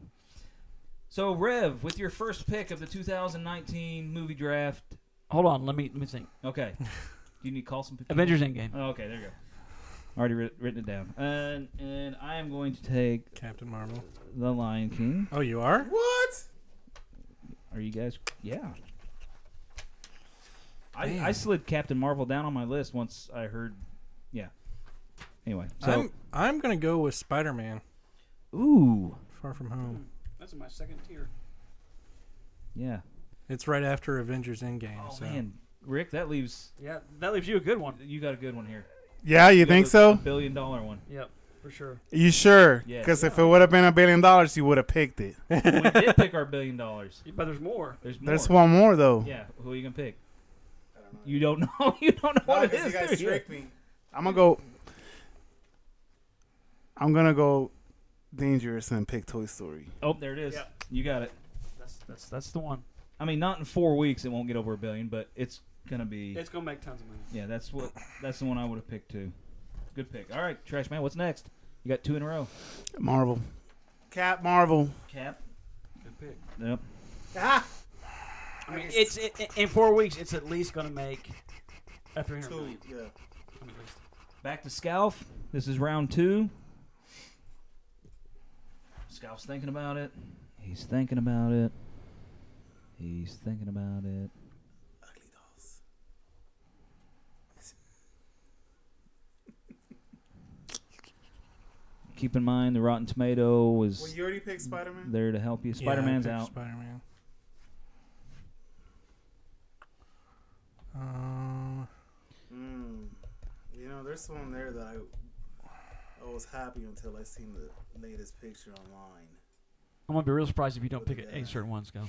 A: So Rev, with your first pick of the 2019 movie draft.
C: Hold on, let me let me think.
A: Okay. do you need to call some people?
C: Avengers Endgame.
A: Oh, okay, there you go. Already writ- written it down. And and I am going to take
B: Captain Marvel.
A: the Lion King.
B: Oh, you are?
D: What?
A: Are you guys? Yeah. I,
B: Man.
A: I slid Captain Marvel down on my list once I heard. Yeah. Anyway, so
B: I'm I'm gonna go with Spider Man.
A: ooh,
B: Far from home.
C: That's my second tier.
A: yeah.
B: It's right after Avengers Endgame.
A: Oh
B: so.
A: man, Rick, that leaves
C: Yeah, that leaves you a good one.
A: you got a good one here.
D: Yeah, you
A: got
D: think
A: the- the
D: so?
A: Billion dollar one.
C: Yep, for sure.
D: You sure?
A: Yes.
D: Because if it would have been a billion dollars, you would have picked it.
A: we did pick our billion dollars.
C: But there's more.
A: There's more.
D: There's one more though.
A: Yeah, who are you gonna pick? You don't know. you don't know what it is. do you?
D: me. I'm gonna go. I'm gonna go dangerous and pick Toy Story.
A: Oh, there it is.
C: Yeah.
A: You got it.
C: That's that's that's the one.
A: I mean, not in four weeks it won't get over a billion, but it's gonna be.
C: gonna make tons of money.
A: yeah, that's what. That's the one I would have picked too. Good pick. All right, Trash Man, what's next? You got two in a row.
D: Marvel. Cap Marvel.
A: Cap.
C: Good pick.
A: Yep.
C: I mean, it's it, it- in four weeks. It's at least gonna make a three hundred million.
D: Yeah.
C: I mean, at least.
A: Back to Scalf. This is round two. Scalf's thinking about it. He's thinking about it. He's thinking about it.
D: Ugly dolls.
A: Keep in mind the Rotten Tomato
D: Well,
A: was
D: you already picked Spider Man.
A: there to help you. Spider Man's out.
B: Spider Man. Um,
D: Mm. You know, there's one there that I, I was happy until I seen the latest picture online.
C: I'm gonna be real surprised if you don't pick
D: Yeah.
C: a certain ones, guys.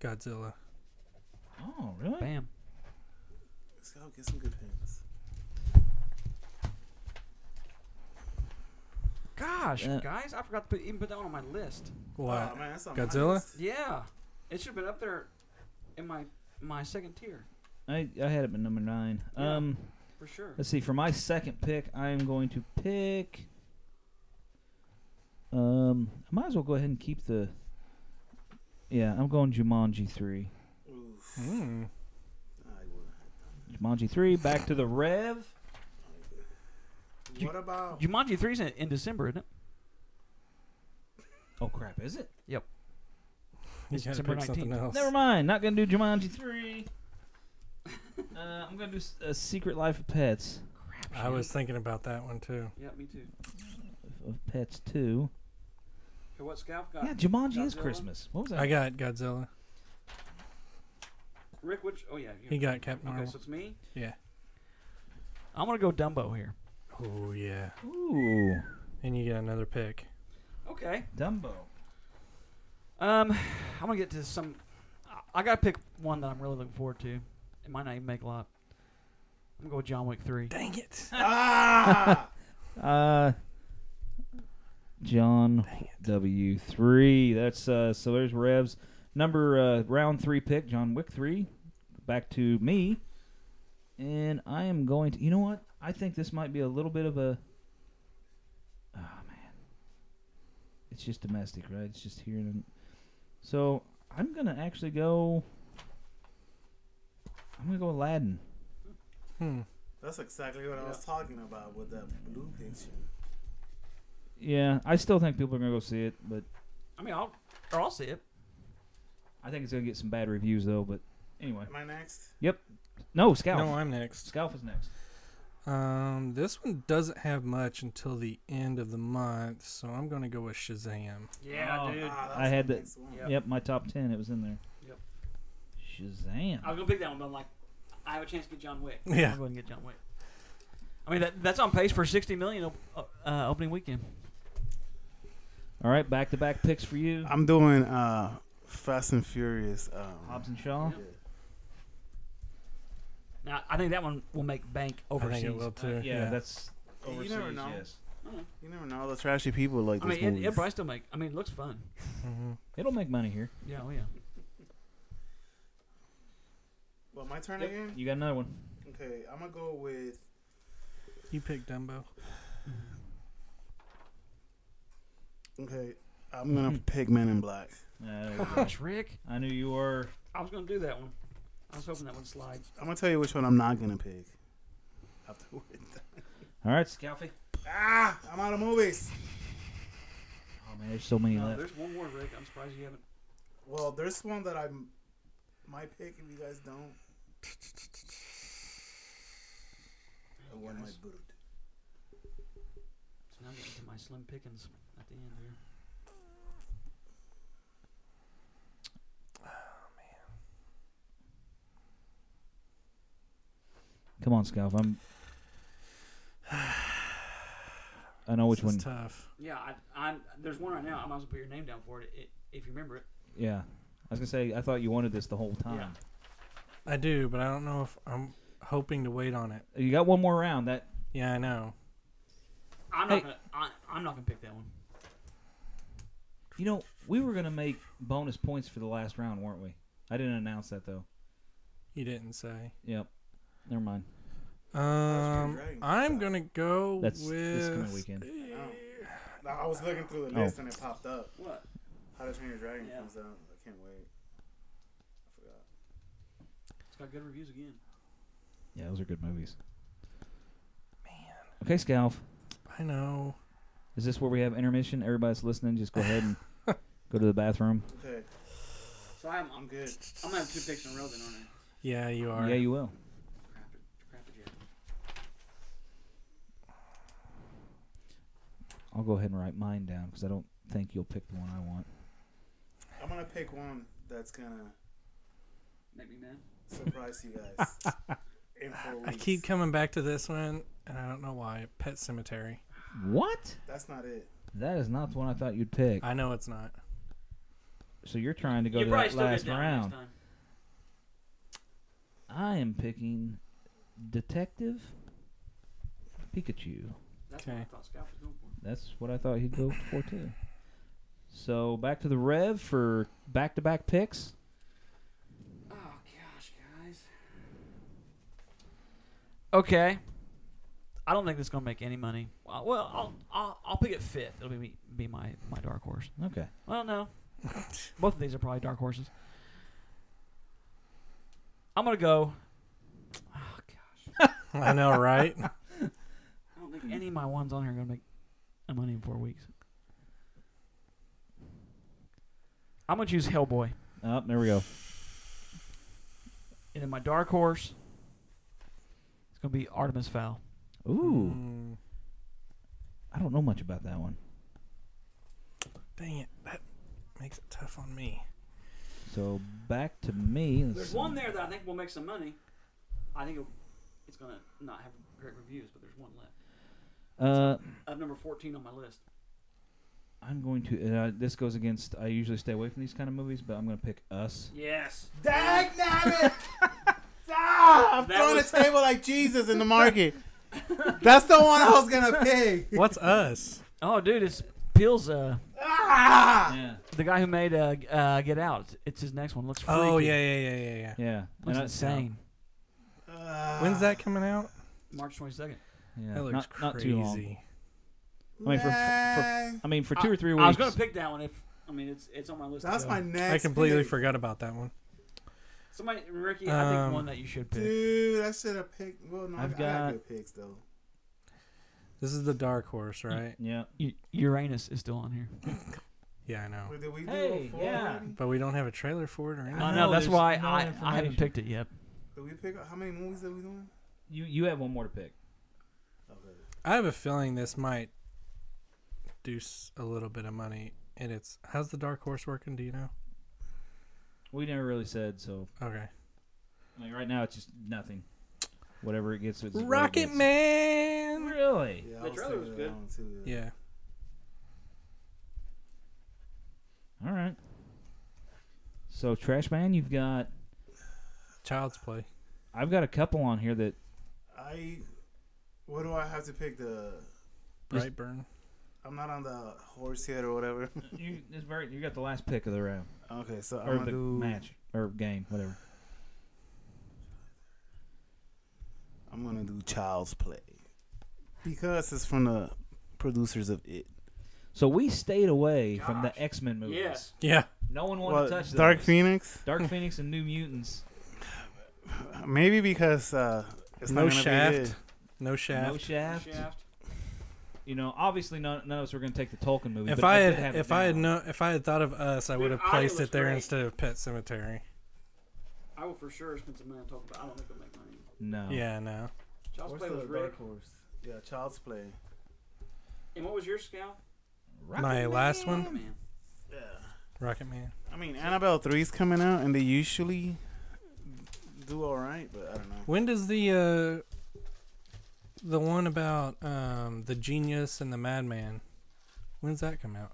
B: Godzilla.
A: oh, really?
C: Bam.
D: Let's go get some good pins.
C: Gosh,
A: Uh,
C: guys, I forgot to put, even put that one on my list.
B: What?
D: Aw, Oh, man, that's on my
B: Godzilla?
D: list.
C: Yeah, it should have been up there in my my second tier
A: I, I had it at number nine.
C: Yeah.
A: Um,
C: for sure.
A: let's see. For my second pick, I am going to pick. Um, I might as well go ahead and keep the. Yeah, I'm going Jumanji three.
D: Oof,
B: Mm.
D: I would.
A: Jumanji three. Back to the Rev.
C: Ju-
D: What about?
C: Jumanji three's in, in December, isn't it?
A: Oh crap! Is it?
B: You
C: It's
B: gotta
C: December
B: pick something
C: 19th.
B: else.
A: Never mind. Not gonna do Jumanji three. uh, I'm gonna do s- a Secret Life of Pets
B: I was thinking about that one too.
C: Yeah, me too.
A: of Pets two.
C: For what Scout got?
A: Yeah, Jumanji is
C: Godzilla.
A: Christmas. What was that?
B: I got Godzilla.
C: Rick, which? Oh yeah,
B: He got Captain Marvel.
C: it's me.
B: Yeah.
C: I'm gonna go Dumbo here.
B: Oh yeah.
A: Ooh,
B: And you get another pick.
C: Okay.
A: Dumbo.
C: Um, I'm gonna get to some. I- I gotta pick one that I'm really looking forward to. It might not even make a lot. I'm gonna go with John Wick three.
B: Dang it.
D: ah!
A: Uh, John W three. That's uh. So there's Revs number uh, round three pick John Wick three. Back to me, and I am going to. You know what? I think this might be a little bit of a. Oh man, it's just domestic, right? It's just here and. So I'm gonna actually go. I'm gonna go Aladdin.
B: Hmm.
D: That's exactly what I was talking about with that blue picture.
A: Yeah, I still think people are gonna go see it, but
C: I mean, I'll or I'll see it.
A: I think it's gonna get some bad reviews though. But anyway,
D: Am I next?
A: no, Scalf.
B: No, I'm next.
A: Scalf is next.
B: Um, this one doesn't have much until the end of the month, so I'm going to go with Shazam.
A: Yeah, Oh. dude.
D: Ah, that's
A: I had
D: the
A: that-
D: next one.
C: Yep.
A: Yep, my top ten. It was in there.
C: Yep.
A: Shazam.
C: I was gonna pick that one, but I'm like, I have a chance to get John Wick.
B: Yeah.
C: I'll go ahead and get John Wick. I mean, that, that's on pace for 60 million op- uh, opening weekend.
A: All right, back to back picks for you.
D: I'm doing uh, Fast and Furious. Um,
A: Hobbs and Shaw.
C: Yeah. Now, I think that one will make bank
B: I
C: overseas.
B: think it will too.
A: Yeah,
B: yeah.
A: that's
D: You
A: overseas.
D: never know.
A: Yes,
D: you never know all the trashy people like
C: I
D: this
C: mean, it,
D: movies.
C: it probably still make. I mean, it looks fun.
B: Mhm.
A: it'll make money here.
C: Yeah, oh yeah.
D: Well, my turn
A: Yep,
D: again.
A: You got another one.
D: Okay, I'm gonna go with
B: You picked Dumbo.
D: Okay, I'm gonna
A: Mm-hmm.
D: pick Men in Black.
A: Uh,
C: Gosh, Rick,
A: I knew you were.
C: I was gonna do that one. I was hoping that one slides.
D: I'm gonna tell you which one I'm not gonna pick. Afterward.
A: All right,
C: Uh,
A: Scalfy.
D: Ah, I'm out of movies.
A: Oh man, there's so many
C: No,
A: left.
C: there's one more, Rick. I'm surprised you haven't.
D: Well, there's one that I m- might pick if you guys don't. I won Oh, my boot.
C: So now I'm getting to my slim pickings at the end here.
A: Come on, Scalf. I'm. I know which
B: This
A: one.
B: is tough.
C: Yeah, I, I'm. There's one right now. I might as well put your name down for it, i if you remember it.
A: Yeah, I was gonna say. I thought you wanted this the whole time.
B: I do, but I don't know if I'm hoping to wait on it.
A: You got one more round. That
B: Yeah, I know.
C: I'm
A: Hey.
C: not gonna. I, I'm not gonna pick that one.
A: you know we were gonna make bonus points for the last round, weren't we? I didn't announce that though.
B: You didn't say.
A: Yep. Never mind.
B: Um,
D: right.
B: I'm gonna go
A: That's
B: with eh,
A: this coming weekend.
D: I was looking through the
A: Oh.
D: list and it popped up.
C: What?
D: How to Train Your Dragon
C: Yeah.
D: comes out. I can't wait. I forgot.
C: It's got good reviews again.
A: Yeah, those are good movies. Man. Okay, Scalf.
B: I know.
A: Is this where we have intermission? Everybody's listening. Just go ahead and go to the bathroom.
D: Okay,
C: So I'm. I'm,
D: I'm good.
C: I'm gonna have two picks in a row then, aren't I?
B: Yeah, you are.
A: Yeah, you will.
C: Crap it, crap it, yeah.
A: I'll go ahead and write mine down because I don't think you'll pick the one I want.
D: I'm gonna pick one that's gonna
C: Make me mad.
D: surprise you guys. in four
B: I
D: weeks.
B: keep coming back to this one, and I don't know why. Pet Cemetery.
A: What?
D: That's not it.
A: That is not the one I thought you'd pick.
B: I know it's not.
A: So you're trying to go
C: you
A: to
C: probably
A: that
C: still
A: last
C: get that one
A: round.
C: next time.
A: I am picking Detective Pikachu.
C: That's what I
B: Okay.
C: thought Scout was going for.
A: That's what I thought he'd go for too. So back to the Rev for back-to-back picks.
C: Oh gosh, guys. Okay. I don't think this is gonna make any money. Uh, Well, I'll I'll, I'll pick it fifth. It'll be me, be my my dark horse.
A: Okay.
C: Well, no. Both of these are probably dark horses. I'm gonna go. Oh gosh.
B: I know, right?
C: I don't think any of my ones on here are gonna make a money in four weeks. I'm gonna choose Hellboy,
A: Oh, there we go.
C: and then my dark horse. It's gonna be Artemis Fowl.
A: Ooh,
B: Mm,
A: I don't know much about that one.
B: dang it, that makes it tough on me.
A: So back to me. Let's
C: There's
A: see.
C: one there that I think will make some money. I think it'll- it's going to not have great reviews, but there's one left.
A: Uh,
C: I have number 14 on my list.
A: I'm going to. Uh, this goes against. I usually stay away from these kind of movies, but I'm going to pick Us.
C: Yes.
D: Dag nabbit! ah, I'm
C: That
D: throwing
C: was-
D: a table like Jesus in the market. That's the one I was gonna pick.
B: What's us?
C: Oh, dude, it's Peel's, uh,
D: Ah!
A: Yeah,
C: the guy who made uh, g- uh, Get Out. It's, it's his next one. Looks freaky.
B: Oh yeah, yeah, yeah, yeah, yeah.
A: yeah.
C: Looks
A: I-
C: insane.
D: Ah.
B: When's that coming out?
C: March 22nd.
A: Yeah,
B: That looks
A: not,
B: crazy.
A: not too long. I mean, for- for- I mean, for two or three weeks.
C: I was going to pick that one if, I mean, it's it's on my list. to
D: That's
C: go.
D: my next.
B: I completely
D: pick.
B: forgot about that one.
C: Somebody, Ricky, I
B: Um,
C: think one that you should pick.
D: Dude, I should have picked. Well, no, I've
A: I've
D: I got,
A: got-
D: good picks though.
B: This is the dark horse, right?
A: Yeah.
C: U- Uranus is still on here.
B: Yeah, I know.
D: Wait, did we do
A: Hey,
D: four
A: yeah.
D: already?
B: But we don't have a trailer for it or anything.
C: I
A: I
C: know.
A: know,
C: That's
A: there's
C: why
A: no
C: I, I haven't
A: information.
C: picked it yet.
D: Did we pick up how many movies did we do?
A: You you have one more to pick.
D: Okay.
B: I have a feeling this might do s- a little bit of money. And it's how's the dark horse working? Do you know?
A: We never really said so.
B: Okay.
A: I mean, right now it's just nothing. Whatever it gets, it's what it
B: Rocket
A: gets.
B: Man.
A: Really?
D: Yeah, I
A: the
D: was
A: trailer was
D: thinking
A: good.
D: of that one, too, yeah.
B: Yeah.
A: All right. So Trash Man, you've got
B: Child's Play.
A: I've got a couple on here that
D: I. What do I have to pick? The
A: Is-
B: Brightburn.
D: I'm not on the horse yet or whatever.
A: you it's very you got the last pick of the round
D: okay, so
A: or
D: I'm
A: the
D: gonna do.
A: match or game, whatever.
D: I'm gonna do Child's Play because it's from the producers of It.
A: So we stayed away from the X Men movies.
C: Yes.
B: Yeah.
A: No one wanted
D: Well,
A: to touch those.
D: Dark Phoenix,
A: Dark Phoenix and New Mutants.
D: maybe because uh, it's
B: No
D: not gonna
B: Shaft.
D: Be good.
B: No Shaft.
A: No Shaft. You know, obviously none, none of us were going to take the Tolkien movie.
B: if
A: but
B: I
A: we did
B: had
A: have it
B: if I had
A: down.
B: no if I had thought of us, I would have
C: Dude, I
B: placed
C: was
B: it there
C: great.
B: instead of Pet Cemetery.
C: I will for sure spend some money on talking about. I don't think it'll make
A: no,
C: money.
B: Yeah, no.
C: Child's
D: What's the dark horse? Yeah, Child's Play.
C: And what was your scout?
A: Rocket
B: My
A: Man.
B: last one,
C: man.
D: Yeah.
B: Rocket Man.
D: I mean, Annabelle three's coming out, and they usually do all right, but I don't know.
B: When does the uh the one about um the genius and the madman? When's that come out?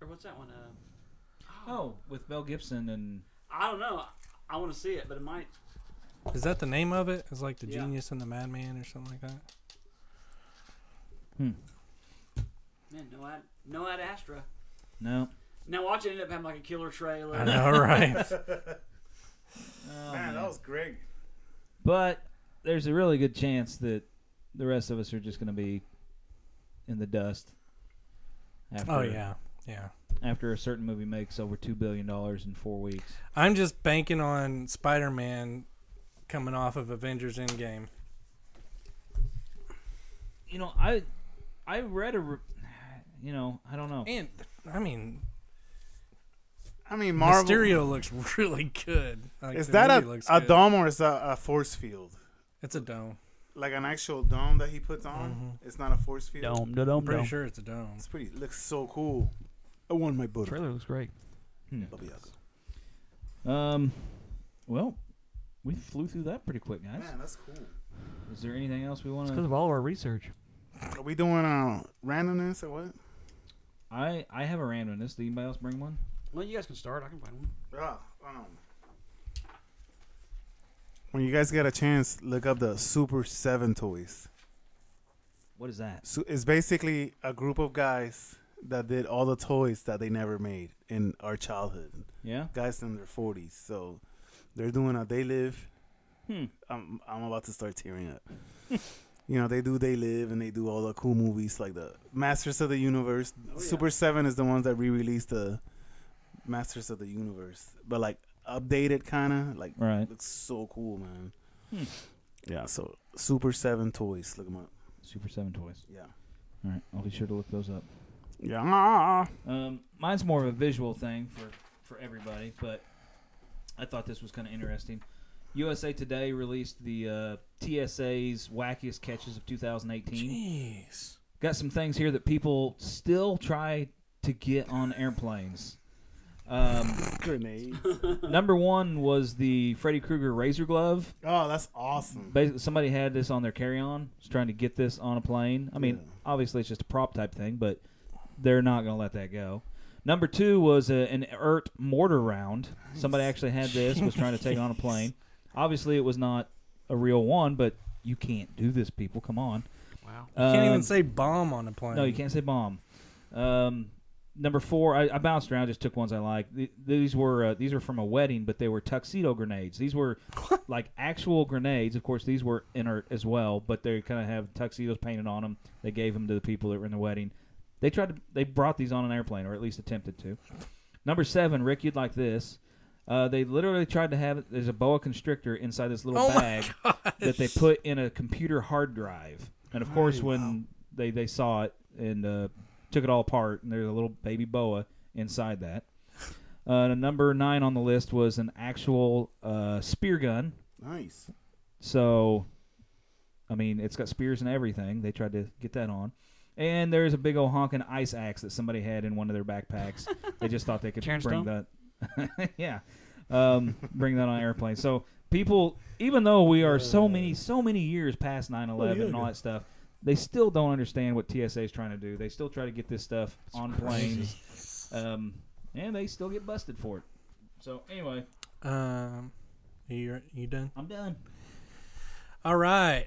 C: Or what's that one? Uh,
A: Oh, with Mel Gibson and
C: I don't know. I want to see it, but it might.
B: Is that the name of it? It's like the
C: Yeah.
B: genius and the madman or something like that.
C: Man, no ad, no ad Astra.
A: no.
C: Now watch it end up having like a killer trailer.
B: I know, right?
A: Oh,
D: Man,
A: man.
D: that was great.
A: But there's a really good chance that the rest of us are just going to be in the dust. After,
B: oh yeah, yeah.
A: After a certain movie makes over two billion dollars in four weeks.
B: I'm just banking on Spider-Man coming off of Avengers Endgame.
A: You know, I I read a, re- you know, I don't know.
B: And I mean,
D: I mean, Marvel.
B: Mysterio looks really good. Like,
D: Is
B: the
D: that
B: movie
D: a,
B: looks
D: a
B: good.
D: dome or is that a force field?
B: It's a dome.
D: Like an actual dome that he puts on?
B: Mm-hmm.
D: It's not a force field?
C: dome, no dome,
B: I'm pretty
C: dome.
B: sure it's a dome.
D: It's pretty. looks so cool. I won my butter.
C: Trailer looks great.
A: Hmm.
D: Baba Yaga.
A: Um, well, we flew through that pretty quick, guys.
D: Man, that's cool.
A: Is there anything else we want
C: It's because
A: to?
C: of all our research.
D: Are we doing uh, randomness or what?
A: I I have a randomness. Did anybody else bring one?
C: Well, you guys can start. I can find one.
D: Yeah. Um, when you guys get a chance, look up the Super 7 toys.
A: What is that?
D: So it's basically a group of guys that did all the toys that they never made in our childhood.
A: Yeah.
D: Guys in their 40s. So they're doing a They Live
A: Hmm.
D: I'm I'm about to start tearing up. you know, they do They Live and they do all the cool movies like the Masters of the Universe.
C: Oh,
A: Oh,
C: yeah.
D: Super Seven is the ones that re-released the Masters of the Universe, but like updated kind of like
A: Right.
D: looks so cool, man.
A: Hmm.
D: Yeah, so Super Seven toys, look them up.
A: Super Seven toys.
D: Yeah,
A: All right. I'll be sure to look those up.
D: yeah.
A: Um, mine's more of a visual thing for, for everybody, but I thought this was kind of interesting. USA Today released the uh, TSA's wackiest catches of 2018.
B: Jeez.
A: Got some things here that people still try to get on airplanes. Um,
D: Grenade.
A: number one was the Freddy Krueger razor glove.
D: oh, that's awesome.
A: Basically, somebody had this on their carry-on, was trying to get this on a plane. I mean,
D: Yeah.
A: obviously it's just a prop type thing, but they're not going to let that go. Number two was a, an ERT mortar round. Somebody actually had this, was trying to take on a plane. Obviously, it was not a real one, but you can't do this, people. Come on.
C: Wow.
B: Can't
A: Um,
B: even say bomb on a plane.
A: No, you can't say bomb. Um, number four, I, I bounced around, just took ones I like. Th- These were uh, these were from a wedding, but they were tuxedo grenades. These were like actual grenades. Of course, these were inert as well, but they kind of have tuxedos painted on them. They gave them to the people that were in the wedding. They tried to they brought these on an airplane, or at least attempted to. Number seven, Rick, you'd like this. Uh, they literally tried to have there's a boa constrictor inside this little
B: Oh my
A: bag that they put in a computer hard drive. And of course, when they, they saw it and uh, took it all apart, and there's a little baby boa inside that. Uh, number nine on the list was an actual uh, spear gun.
D: Nice.
A: So, I mean, it's got spears and everything. They tried to get that on. And there's a big old honking ice axe that somebody had in one of their backpacks. they just thought they could
C: Sharon
A: bring that. yeah. Um, bring that on an airplane. So, people, even though we are
B: Uh,
A: so many, so many years past 9 11
B: oh,
A: and all that stuff, they still don't understand what TSA is trying to do. They still try to get this stuff on planes. Um, and they still get busted for it. So, anyway,
B: Um, you you done?
A: I'm done.
B: All right.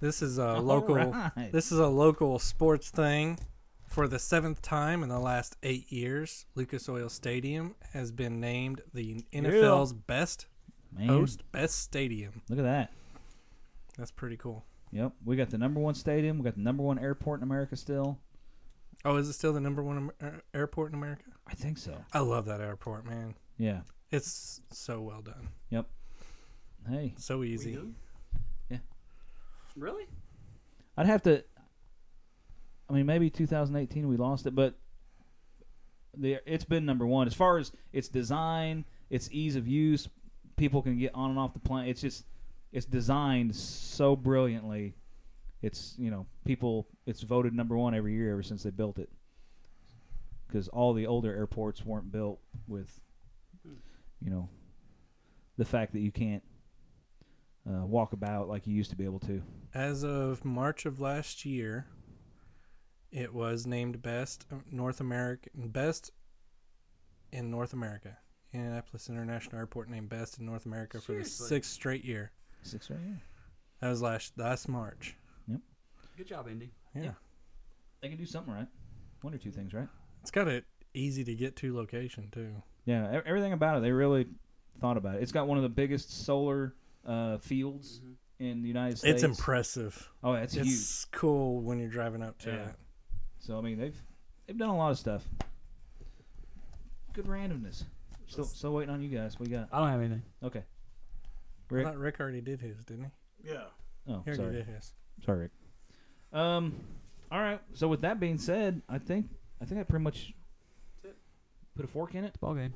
B: This is a Uh, local.
A: right.
B: This is a local sports thing. For the seventh time in the last eight years, Lucas Oil Stadium has been named the NFL's best
A: Man,
B: host, best stadium.
A: Look at that.
B: That's pretty cool.
A: Yep, we got the number one stadium. We got the number one airport in America still.
B: Oh, is it still the number one Amer- air- airport in America?
A: I think so.
B: I love that airport, man.
A: Yeah.
B: It's so well done,
A: Hey,
B: so easy.
C: Really?
A: I'd have to. I mean, maybe 2018 we lost it, but the it's been number one as far as its design, its ease of use. People can get on and off the plane. It's just it's designed so brilliantly. It's you know people. It's voted number one every year ever since they built it. Because all the older airports weren't built with, you know, the fact that you can't uh, walk about like you used to be able to.
B: As of March of last year, it was named best North American best in North America. Indianapolis International Airport named best in North America for the sixth straight year.
A: Six right here.
B: That was last last March.
C: Good job, Indy.
B: Yeah.
A: Yeah. They can do something right. One or two things right.
B: It's got a easy to get to location too.
A: Yeah, e- everything about it, they really thought about it. It's got one of the biggest solar uh, fields in the United States.
B: It's impressive.
A: Oh, that's
B: It's,
A: huge.
B: cool when you're driving up to
A: Yeah.
B: it.
A: So I mean, they've they've done a lot of stuff. Good randomness. Still, still waiting on you guys. What you got?
C: I don't have anything.
A: Okay.
B: I
A: Rick.
B: thought Rick already did his, didn't he?
D: Yeah.
A: Oh,
B: He already
A: sorry.
B: did his.
A: Sorry, Rick. Um. All right. So with that being said, I think I think I pretty much put a fork in it.
C: Ball game.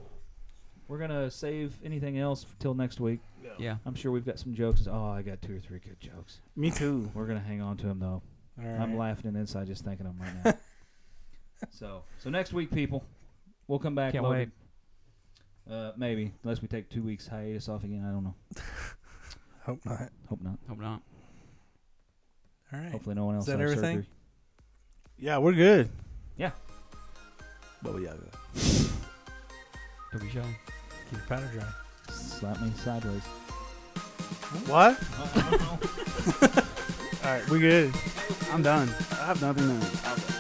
A: We're gonna save anything else till next week.
C: Yeah.
A: I'm sure we've got some jokes. Oh, I got two or three good jokes.
D: Me too.
A: We're gonna hang on to them though.
B: All right.
A: I'm laughing and inside just thinking of them right now. so, so next week, people, we'll come back.
C: Can't
A: loaded. Uh, maybe unless we take two weeks hiatus off again. I don't know.
B: Hope not.
A: Hope not.
C: Hope not.
B: All right.
A: Hopefully, no one else
B: that
A: has
B: everything?
A: surgery.
D: Yeah, we're good.
A: Yeah.
D: But we Yaga.
C: Don't be shy.
B: Keep your powder dry.
A: Slap me sideways.
D: What? All right, we good. I'm done. I have nothing to.